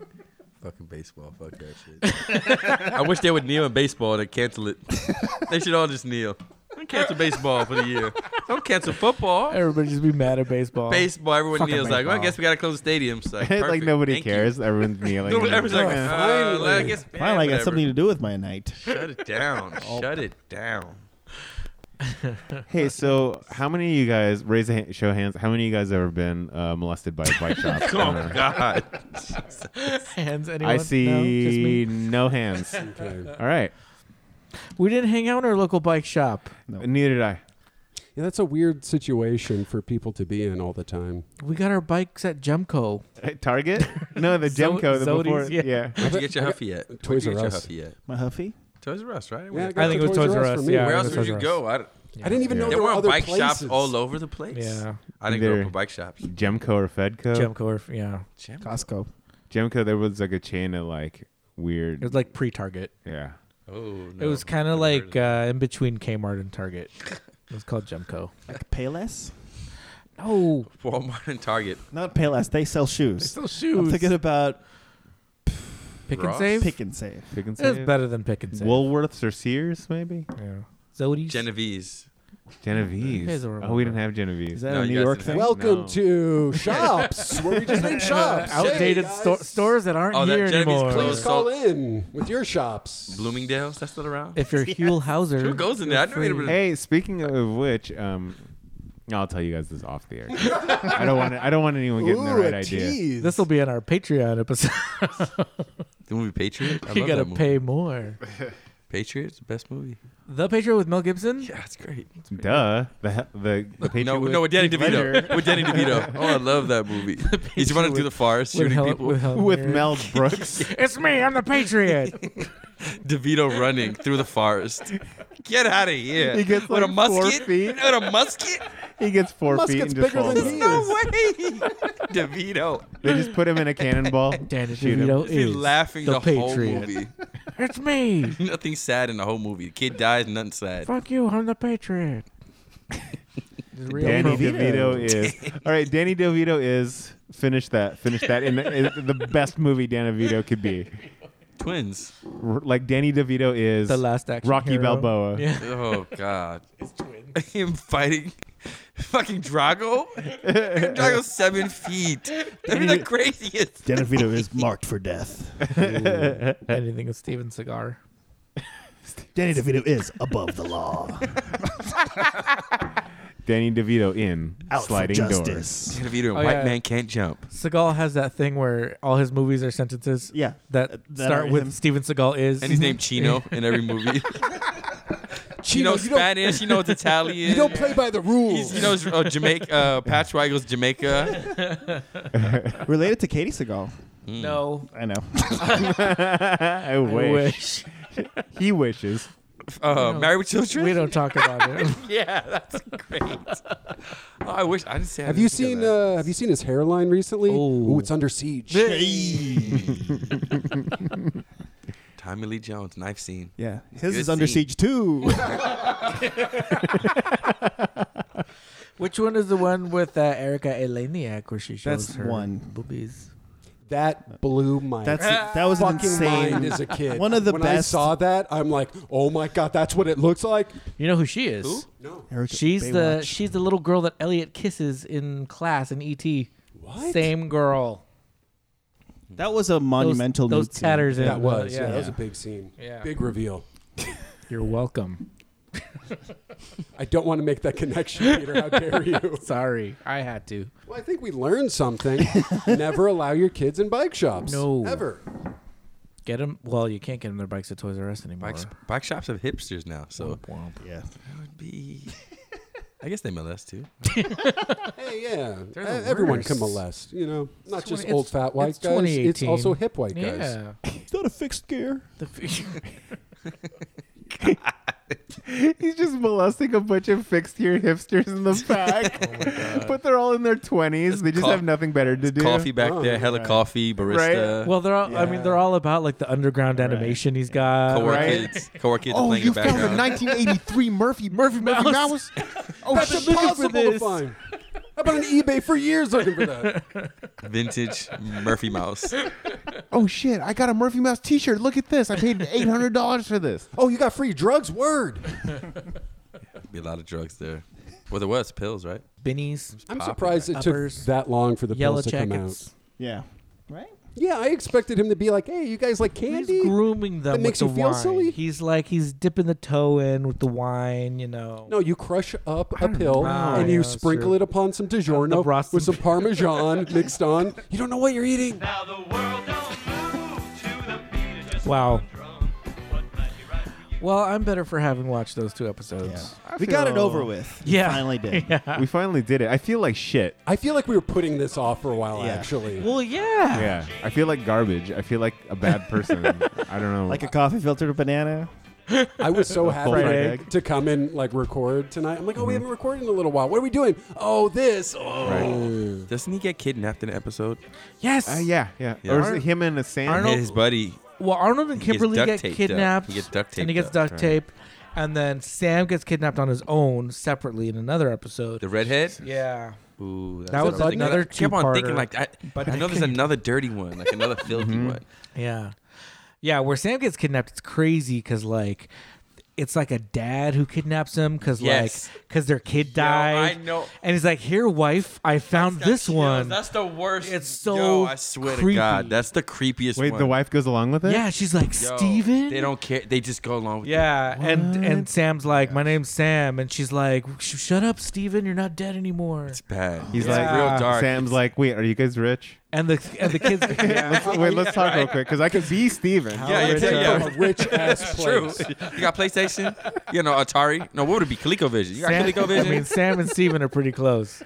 Speaker 4: Fucking baseball. Fuck that shit. I wish they would kneel in baseball and cancel it. they should all just kneel. Don't cancel baseball for the year. Don't cancel football.
Speaker 2: Everybody just be mad at baseball.
Speaker 4: Baseball, everyone
Speaker 2: Fucking
Speaker 4: kneels like, well, I
Speaker 2: baseball.
Speaker 4: guess we gotta close the stadiums. Like,
Speaker 3: like
Speaker 4: perfect.
Speaker 3: nobody
Speaker 4: Thank you.
Speaker 3: cares. Everyone's kneeling.
Speaker 4: Nobody- Everyone's like,
Speaker 6: Yeah.
Speaker 4: uh, well, I
Speaker 6: Finally.
Speaker 4: guess, yeah,
Speaker 5: Finally, I got
Speaker 4: whatever.
Speaker 5: something to do with my night.
Speaker 4: Shut it down. Shut it down.
Speaker 3: hey, so how many of you guys raise a hand, show of hands? How many of you guys have ever been uh, molested by a white shop?
Speaker 4: Oh my God.
Speaker 2: Hands, anyone?
Speaker 3: I
Speaker 2: No? Just
Speaker 3: see
Speaker 2: me?
Speaker 3: no, hands.
Speaker 6: Okay.
Speaker 3: All right,
Speaker 2: We didn't hang out in our local bike shop.
Speaker 3: neither did I.
Speaker 6: Yeah, that's a weird situation for people to be in all the time.
Speaker 2: We got our bikes at Jemco.
Speaker 3: At Target? No, the
Speaker 2: Zo-
Speaker 3: Gemco. The
Speaker 2: Zodies,
Speaker 3: before,
Speaker 2: yeah.
Speaker 3: yeah.
Speaker 4: Where'd you get your Huffy at? Where'd
Speaker 6: Toys
Speaker 4: you
Speaker 6: R
Speaker 4: get your
Speaker 6: Us.
Speaker 4: Huffy at?
Speaker 5: My huffy.
Speaker 4: Toys R Us, right?
Speaker 6: Yeah,
Speaker 4: Where
Speaker 6: go
Speaker 2: think
Speaker 6: to
Speaker 2: it was Toys R Us,
Speaker 6: for me.
Speaker 2: yeah.
Speaker 4: where
Speaker 2: it
Speaker 4: else
Speaker 2: was
Speaker 4: would you
Speaker 2: Toys R Us.
Speaker 4: go? I,
Speaker 6: I didn't even know there
Speaker 4: There
Speaker 6: were
Speaker 4: weren't
Speaker 6: other
Speaker 4: bike
Speaker 6: places.
Speaker 4: shops all over the place.
Speaker 2: Yeah.
Speaker 4: I didn't grow up
Speaker 3: Either-
Speaker 4: with bike shops.
Speaker 3: Gemco or Fedco?
Speaker 2: Jemco, or, yeah.
Speaker 5: Costco.
Speaker 3: Gemco, there was like a chain of like weird.
Speaker 2: It was like pre-Target.
Speaker 3: yeah.
Speaker 4: Oh, no.
Speaker 2: It was kind of like uh, in between Kmart and Target. It was called Jemco.
Speaker 5: Like Payless?
Speaker 2: No,
Speaker 4: Walmart and Target.
Speaker 5: Not Payless. They sell shoes.
Speaker 2: still
Speaker 5: I'm
Speaker 2: shoes.
Speaker 5: thinking about
Speaker 2: pick and
Speaker 4: Ross.
Speaker 2: save.
Speaker 5: pick and save.
Speaker 3: Pick and
Speaker 2: it's
Speaker 3: save.
Speaker 2: better than pick and save.
Speaker 3: Woolworths or Sears, maybe?
Speaker 2: yeah. Zodies.
Speaker 4: Genevieve's.
Speaker 3: Genevieve.
Speaker 2: guys are
Speaker 3: Oh, we didn't
Speaker 2: remember.
Speaker 3: have Genevieve.
Speaker 5: Is that a
Speaker 4: No, you
Speaker 5: New
Speaker 4: guys
Speaker 5: York
Speaker 4: didn't
Speaker 5: thing?
Speaker 4: have-
Speaker 6: Welcome to shops where we just name shops.
Speaker 2: Outdated
Speaker 6: hey,
Speaker 2: sto-
Speaker 6: guys,
Speaker 2: stores that aren't
Speaker 4: Oh, that
Speaker 2: here
Speaker 4: Genevieve's
Speaker 2: anymore.
Speaker 6: Please
Speaker 4: closed.
Speaker 6: call in with your shops.
Speaker 4: Bloomingdale's. That's still around.
Speaker 2: If you're Huel Hauser,
Speaker 4: Who goes in there? I never even-
Speaker 3: Hey, speaking of which, um, I'll tell you guys this off the air. I don't want. I don't want anyone getting the
Speaker 6: Ooh,
Speaker 3: right
Speaker 6: a
Speaker 3: idea.
Speaker 6: tease.
Speaker 2: This will be on our Patreon episode.
Speaker 4: The movie Patriot. I
Speaker 2: you
Speaker 4: love
Speaker 2: gotta
Speaker 4: that movie.
Speaker 2: pay more.
Speaker 4: Patriot's the best movie.
Speaker 2: The Patriot with Mel Gibson.
Speaker 4: Yeah, it's great.
Speaker 3: Duh. The the, the Patriot
Speaker 4: no,
Speaker 3: with
Speaker 4: no, with Danny
Speaker 3: Heath
Speaker 4: DeVito.
Speaker 3: Ledger.
Speaker 4: with Danny DeVito. Oh, I love that movie. He's running through the forest,
Speaker 2: With
Speaker 4: shooting
Speaker 2: Hel-
Speaker 4: people.
Speaker 2: with Hel-
Speaker 3: with Mel Brooks.
Speaker 2: It's me. I'm the Patriot.
Speaker 4: DeVito running through the forest. Get out of here.
Speaker 3: He gets,
Speaker 4: with a
Speaker 3: like, four
Speaker 4: musket.
Speaker 3: feet.
Speaker 4: With a musket?
Speaker 3: He gets four feet
Speaker 6: Musket's
Speaker 3: and just
Speaker 6: bigger
Speaker 3: falls.
Speaker 6: than
Speaker 3: off.
Speaker 6: he is.
Speaker 4: No way. DeVito.
Speaker 3: They just put him in a cannonball.
Speaker 2: Danny
Speaker 3: Shoot him.
Speaker 2: DeVito
Speaker 4: He's
Speaker 2: is
Speaker 4: laughing the,
Speaker 2: the,
Speaker 4: whole
Speaker 2: Patriot.
Speaker 4: movie.
Speaker 2: It's me.
Speaker 4: Nothing sad in the whole movie. The kid dies, nothing sad.
Speaker 2: Fuck you. I'm the Patriot. It's real
Speaker 3: Danny
Speaker 2: appropriate.
Speaker 3: DeVito is all right. Danny DeVito is finish that. Finish that. In the, in the best movie Danny DeVito could be.
Speaker 4: Twins.
Speaker 3: R- Like Danny DeVito is
Speaker 2: the last action.
Speaker 3: Rocky
Speaker 2: hero.
Speaker 3: Balboa.
Speaker 2: Yeah.
Speaker 4: Oh God. Him fighting fucking Drago? Drago's seven feet. That'd be the craziest.
Speaker 5: Denevito is marked for death.
Speaker 2: Anything with Steven Seagal.
Speaker 5: Danny DeVito is above the law.
Speaker 3: Danny DeVito in
Speaker 5: Out for
Speaker 3: sliding
Speaker 5: justice.
Speaker 3: door.
Speaker 4: Danny DeVito,
Speaker 2: Oh,
Speaker 4: white
Speaker 2: yeah.
Speaker 4: man can't jump.
Speaker 2: Seagal has that thing where all his movies are sentences.
Speaker 5: Yeah.
Speaker 2: That,
Speaker 5: Uh, that
Speaker 2: start
Speaker 5: are
Speaker 2: with
Speaker 5: him.
Speaker 2: Steven Seagal is.
Speaker 4: And he's named Chino in every movie. she knows
Speaker 6: you don't-
Speaker 4: Spanish. She knows Italian.
Speaker 6: You don't play by the rules.
Speaker 4: He's, he knows uh, Jamaica. Uh, Pat Schweigel's Jamaica.
Speaker 5: Related to Katie Seagal.
Speaker 2: No.
Speaker 5: I know.
Speaker 3: I wish. he wishes.
Speaker 4: Uh, Married with Children.
Speaker 2: We don't talk about it.
Speaker 4: yeah, that's great. Oh, I wish I didn't say. I
Speaker 6: Have
Speaker 4: didn't
Speaker 6: you
Speaker 4: think of
Speaker 6: seen
Speaker 4: that.
Speaker 6: uh, Have you seen his hairline recently? Oh, it's under siege.
Speaker 4: Tommy Lee Jones knife scene?
Speaker 5: Yeah.
Speaker 4: It's
Speaker 5: His
Speaker 4: good
Speaker 5: is under
Speaker 4: scene.
Speaker 5: siege too.
Speaker 2: Which one is the one with uh, Erica Eleniak where she shows
Speaker 5: That's
Speaker 2: her
Speaker 5: one.
Speaker 2: boobies?
Speaker 6: That blew my
Speaker 5: That's- that was an
Speaker 6: fucking
Speaker 5: insane-
Speaker 6: mind as a kid.
Speaker 5: One of the
Speaker 6: when I
Speaker 5: best-
Speaker 6: saw that, I'm like, oh my god, that's what it looks like.
Speaker 2: You know who she is?
Speaker 6: Who? No.
Speaker 5: Erica-
Speaker 2: she's the
Speaker 5: Baywatch.
Speaker 2: she's the little girl that Elliot kisses in class in ET. What? Same girl.
Speaker 5: That was a monumental
Speaker 2: those
Speaker 5: nude scene.
Speaker 2: tatters in-
Speaker 6: That was yeah,
Speaker 2: yeah.
Speaker 6: that was a big scene.
Speaker 2: Yeah.
Speaker 6: Big reveal.
Speaker 2: You're welcome.
Speaker 6: I don't want to make that connection, Peter. How dare you?
Speaker 2: Sorry, I had to.
Speaker 6: Well, I think we learned something. Never allow your kids in bike shops.
Speaker 2: No.
Speaker 6: Ever.
Speaker 2: Get them. Well, you can't get them their bikes at Toys R Us anymore.
Speaker 4: Bikes, bike shops have hipsters now,
Speaker 6: Oh.
Speaker 4: so
Speaker 5: Yeah.
Speaker 4: that would be. I guess they molest too.
Speaker 6: Hey, yeah.
Speaker 2: They're the
Speaker 6: Uh, everyone can
Speaker 2: worst.
Speaker 6: molest. You know, not
Speaker 2: It's
Speaker 6: just
Speaker 2: twen-
Speaker 6: old
Speaker 2: it's-
Speaker 6: fat white
Speaker 2: it's
Speaker 6: guys. It's
Speaker 2: 2018.
Speaker 6: also hip white guys.
Speaker 2: Yeah.
Speaker 5: It's not a fixed gear.
Speaker 2: The f-
Speaker 3: He's just molesting a bunch of fixed gear hipsters in the back. but they're all in their 20s. they just
Speaker 4: co-
Speaker 3: have nothing better to do.
Speaker 4: Coffee back
Speaker 6: Oh,
Speaker 4: there, hella coffee, barista,
Speaker 2: well, they're all. I mean, they're all about like the underground animation he's
Speaker 3: Uh,
Speaker 2: got.
Speaker 4: co-work
Speaker 2: right?
Speaker 4: kids, co-work
Speaker 3: Oh,
Speaker 4: kids playing in the background.
Speaker 3: 1983 Murphy Murphy
Speaker 2: Mouse.
Speaker 6: Oh, That's
Speaker 2: shit.
Speaker 6: impossible
Speaker 2: Looking for
Speaker 6: to
Speaker 2: this.
Speaker 6: find. I've been on eBay for years looking for that.
Speaker 4: Vintage Murphy Mouse.
Speaker 3: Oh shit! I got a Murphy Mouse T-shirt. Look at this. I paid eight hundred dollars for this.
Speaker 6: Oh, you got free drugs? Word.
Speaker 4: Be a lot of drugs there. Well, there was pills, right?
Speaker 2: Bennies,
Speaker 6: I'm
Speaker 4: Popping
Speaker 6: surprised it
Speaker 2: uppers,
Speaker 6: took that long for the
Speaker 2: yellow
Speaker 6: pills to come out.
Speaker 2: jackets.
Speaker 5: Yeah. Right?
Speaker 6: Yeah, I expected him to be like, "Hey, you guys like
Speaker 2: He's
Speaker 6: candy?"
Speaker 2: grooming them
Speaker 6: That
Speaker 2: with
Speaker 6: makes
Speaker 2: the
Speaker 6: you feel
Speaker 2: wine.
Speaker 6: silly?
Speaker 2: He's like he's dipping the toe in with the wine, you know.
Speaker 6: No, you crush up a pill
Speaker 2: know.
Speaker 6: and
Speaker 2: Yeah,
Speaker 6: you
Speaker 2: that's
Speaker 6: sprinkle
Speaker 2: true.
Speaker 6: it upon some DiGiorno
Speaker 2: Bras-
Speaker 6: with some Parmesan mixed on. You don't know what you're eating.
Speaker 2: Wow. Well, I'm better for having watched those two episodes.
Speaker 5: We got it over with. We
Speaker 2: Yeah.
Speaker 5: Finally did.
Speaker 3: We finally did it. I feel like shit.
Speaker 6: I feel like we were putting this off for a while,
Speaker 5: Yeah.
Speaker 6: actually.
Speaker 2: Well, yeah.
Speaker 3: Yeah. I feel like garbage. I feel like a bad person. I don't know.
Speaker 5: Like a coffee filtered banana.
Speaker 6: I was so happy
Speaker 3: fried egg.
Speaker 6: to come and like record tonight. I'm like, oh, we
Speaker 4: Mm-hmm.
Speaker 6: haven't recorded in a little while. What are we doing? Oh, this. Oh,
Speaker 4: Doesn't he get kidnapped in an episode?
Speaker 2: Yes.
Speaker 3: Uh, yeah, yeah.
Speaker 4: Yeah.
Speaker 3: Or is it him and a sand?
Speaker 4: And his buddy.
Speaker 2: Well, Arnold and
Speaker 4: He gets
Speaker 2: Kimberly
Speaker 4: duct
Speaker 2: get
Speaker 4: taped up.
Speaker 2: kidnapped.
Speaker 4: He gets duct
Speaker 2: And he
Speaker 4: taped
Speaker 2: gets
Speaker 4: up,
Speaker 2: duct
Speaker 4: right.
Speaker 2: tape. And then Sam gets kidnapped on his own separately in another episode.
Speaker 4: The redhead?
Speaker 2: yeah.
Speaker 4: Ooh, that's
Speaker 2: That was
Speaker 4: what I thinking.
Speaker 2: another
Speaker 4: I kept on thinking
Speaker 2: two-parter.
Speaker 4: like that.
Speaker 2: But Mm-hmm.
Speaker 4: I know there's
Speaker 2: naked.
Speaker 4: another dirty one, like another filthy one.
Speaker 2: Yeah. Yeah, where Sam gets kidnapped, it's crazy because, like, it's like a dad who kidnaps him because,
Speaker 4: Yes.
Speaker 2: like, because their kid
Speaker 4: Yo, I
Speaker 2: died.
Speaker 4: know.
Speaker 2: And he's like, here, wife, I found this one.
Speaker 4: the worst.
Speaker 2: It's so
Speaker 4: Yo, I swear to
Speaker 2: creepy.
Speaker 4: God, that's the creepiest
Speaker 3: Wait,
Speaker 4: one.
Speaker 3: the wife goes along with it.
Speaker 2: yeah, she's like,
Speaker 4: Yo,
Speaker 2: Steven?
Speaker 4: They don't care. They just go along with it.
Speaker 2: Yeah, and and Sam's like, my name's Sam, and she's like, "Sh- shut up, Steven, you're not dead anymore.
Speaker 4: It's bad.
Speaker 3: He's
Speaker 4: It's
Speaker 3: like
Speaker 2: "Ah,
Speaker 4: real dark.
Speaker 3: Sam's like, wait, are you guys rich?
Speaker 2: And the and the kids,
Speaker 3: Let's, wait, let's talk real quick because I could be Steven.
Speaker 4: Yeah,
Speaker 6: I
Speaker 4: yeah,
Speaker 6: came
Speaker 4: yeah.
Speaker 6: from a rich ass
Speaker 4: True.
Speaker 6: place.
Speaker 4: You got PlayStation? You know, Atari? No, what would it be? ColecoVision. You got
Speaker 2: Sam,
Speaker 4: ColecoVision?
Speaker 2: I mean, Sam and Steven are pretty close.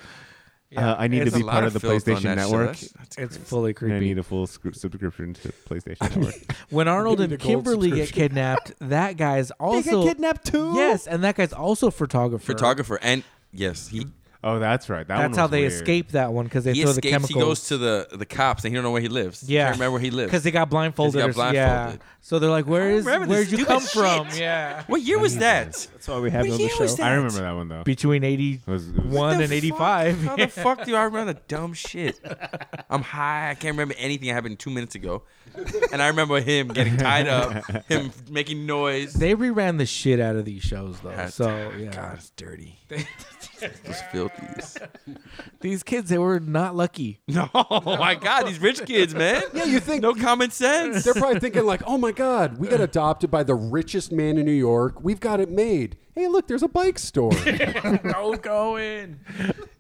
Speaker 3: Uh, I need
Speaker 4: There's
Speaker 3: to be
Speaker 4: a lot
Speaker 3: part of the
Speaker 4: filth on
Speaker 3: PlayStation
Speaker 4: that show.
Speaker 3: Network.
Speaker 4: That's-
Speaker 2: It's
Speaker 4: that's
Speaker 2: fully
Speaker 3: And I need
Speaker 2: creepy.
Speaker 3: a full scr- subscription to PlayStation Network.
Speaker 2: When Arnold
Speaker 6: need
Speaker 2: and
Speaker 6: a gold
Speaker 2: Kimberly get kidnapped, that guy's also
Speaker 5: kidnapped too?
Speaker 2: Yes, and that guy's also a photographer.
Speaker 4: photographer. And yes, he,
Speaker 3: oh, that's right. That one
Speaker 2: That's how
Speaker 3: was
Speaker 2: they
Speaker 3: weird.
Speaker 2: escape that one because they
Speaker 4: he
Speaker 2: throw the
Speaker 4: escapes.
Speaker 2: chemicals.
Speaker 4: He goes to the, the cops and he don't know where he lives.
Speaker 2: yeah,
Speaker 4: He can't remember where he lives.
Speaker 2: because they got blindfolded.
Speaker 4: got
Speaker 2: or s- Yeah,
Speaker 4: blindfolded.
Speaker 2: so they're like, "Where is?
Speaker 4: remember this
Speaker 2: Where'd you
Speaker 4: stupid
Speaker 2: come from?"
Speaker 4: shit.
Speaker 2: Yeah,
Speaker 4: what year was that?
Speaker 5: That's why we have it on the
Speaker 4: year
Speaker 5: show.
Speaker 4: was that?
Speaker 3: I remember that one though.
Speaker 2: between
Speaker 3: was- it
Speaker 2: eighty-one
Speaker 3: was-
Speaker 2: and eighty-five.
Speaker 4: How the fuck do I remember the dumb shit? I'm high. I can't remember anything that happened two minutes ago. And I remember him getting tied up, him making noise.
Speaker 2: They reran the shit out of these shows though.
Speaker 4: God,
Speaker 2: so yeah,
Speaker 4: God, it's dirty. Just filthies.
Speaker 2: These kids, they were not lucky.
Speaker 4: No. Oh my God, these rich kids, man.
Speaker 6: Yeah, you think
Speaker 4: no common sense?
Speaker 6: They're probably thinking like, "Oh my God, we got adopted by the richest man in New York. We've got it made." Hey, look, there's a bike store.
Speaker 2: no going.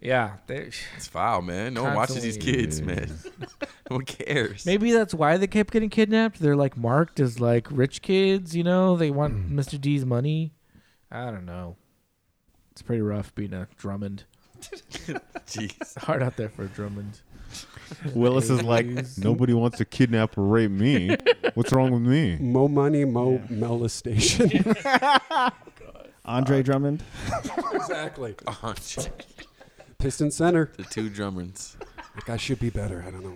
Speaker 2: Yeah, they-
Speaker 4: It's foul, man. No one watches these kids, man. no one cares.
Speaker 2: maybe that's why they kept getting kidnapped. They're like marked as like rich kids, you know. They want Mr. D's money. I don't know. It's pretty rough being a Drummond.
Speaker 4: Jeez,
Speaker 2: hard out there for a Drummond.
Speaker 3: Willis is like, nobody wants to kidnap or rape me. What's wrong with me?
Speaker 6: Mo money, mo molestation. Uh,
Speaker 5: Andre Drummond.
Speaker 6: exactly.
Speaker 4: Oh, shit.
Speaker 6: Piston center.
Speaker 4: the two drummers.
Speaker 6: Like I should be better. I don't know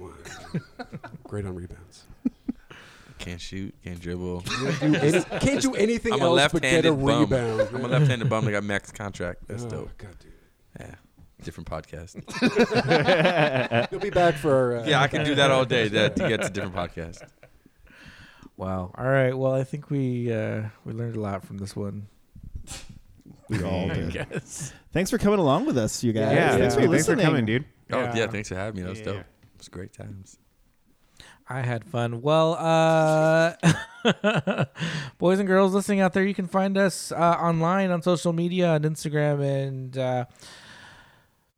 Speaker 6: why. Great on rebounds.
Speaker 4: Can't shoot, can't dribble.
Speaker 6: do any- can't do anything
Speaker 4: I'm a
Speaker 6: else but get a
Speaker 4: left-handed bum.
Speaker 6: rebound.
Speaker 4: I'm a left-handed bum. that got max contract. That's
Speaker 6: Oh,
Speaker 4: dope.
Speaker 6: God, dude.
Speaker 4: Yeah, different podcast.
Speaker 6: You'll be back for, uh,
Speaker 4: yeah, I can do that all day. That gets a different podcast.
Speaker 2: Wow. All right. Well, I think we uh, we learned a lot from this one.
Speaker 5: We all
Speaker 2: I
Speaker 5: did.
Speaker 2: guess.
Speaker 5: Thanks for coming along with us, you guys.
Speaker 3: Yeah,
Speaker 5: thanks
Speaker 3: thanks
Speaker 5: for
Speaker 3: for-
Speaker 5: listening,
Speaker 3: thanks for coming, dude.
Speaker 4: Oh
Speaker 2: Yeah.
Speaker 4: yeah, thanks for having me. That was dope. It was great times.
Speaker 2: I had fun. Well, uh, boys and girls listening out there, you can find us uh, online on social media, on Instagram and uh,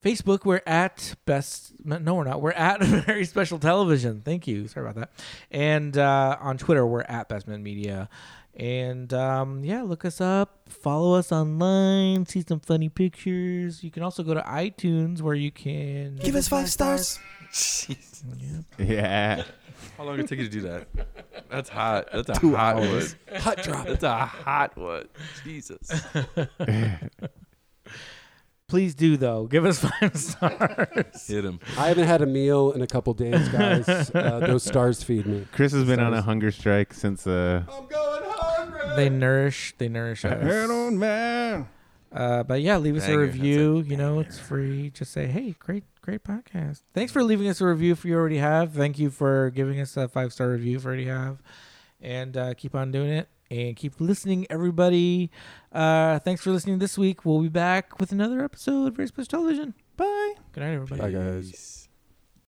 Speaker 2: Facebook. We're at best. No, we're not. We're at very special television. Thank you. Sorry about that. And uh, on Twitter, we're at Best Men Media. And um, yeah, look us up, follow us online, see some funny pictures. You can also go to iTunes where you can
Speaker 5: Give us five stars.
Speaker 4: Jeez.
Speaker 3: Yeah.
Speaker 4: How long did it take you to do that? That's hot. That's a
Speaker 5: Two
Speaker 4: hot
Speaker 5: hours.
Speaker 4: one.
Speaker 6: Hot drop.
Speaker 4: That's a hot one. Jesus.
Speaker 2: Please do though. Give us five stars.
Speaker 4: Hit him.
Speaker 6: I haven't had a meal in a couple days, guys. Uh, those stars feed me.
Speaker 3: Chris has been on a hunger strike since uh
Speaker 2: They nourish. They nourish us.
Speaker 5: Head on, man.
Speaker 2: Uh, but yeah, leave us a
Speaker 4: Banger. That's a
Speaker 2: review. You know, it's free. Just say, hey, great, great podcast. Thanks for leaving us a review if you already have. Thank you for giving us a five star review if you already have. And uh, keep on doing it and keep listening, everybody. Uh, thanks for listening this week. We'll be back with another episode of Very Special Television.
Speaker 5: Bye.
Speaker 2: Good night, everybody.
Speaker 6: Bye, guys.
Speaker 4: Peace.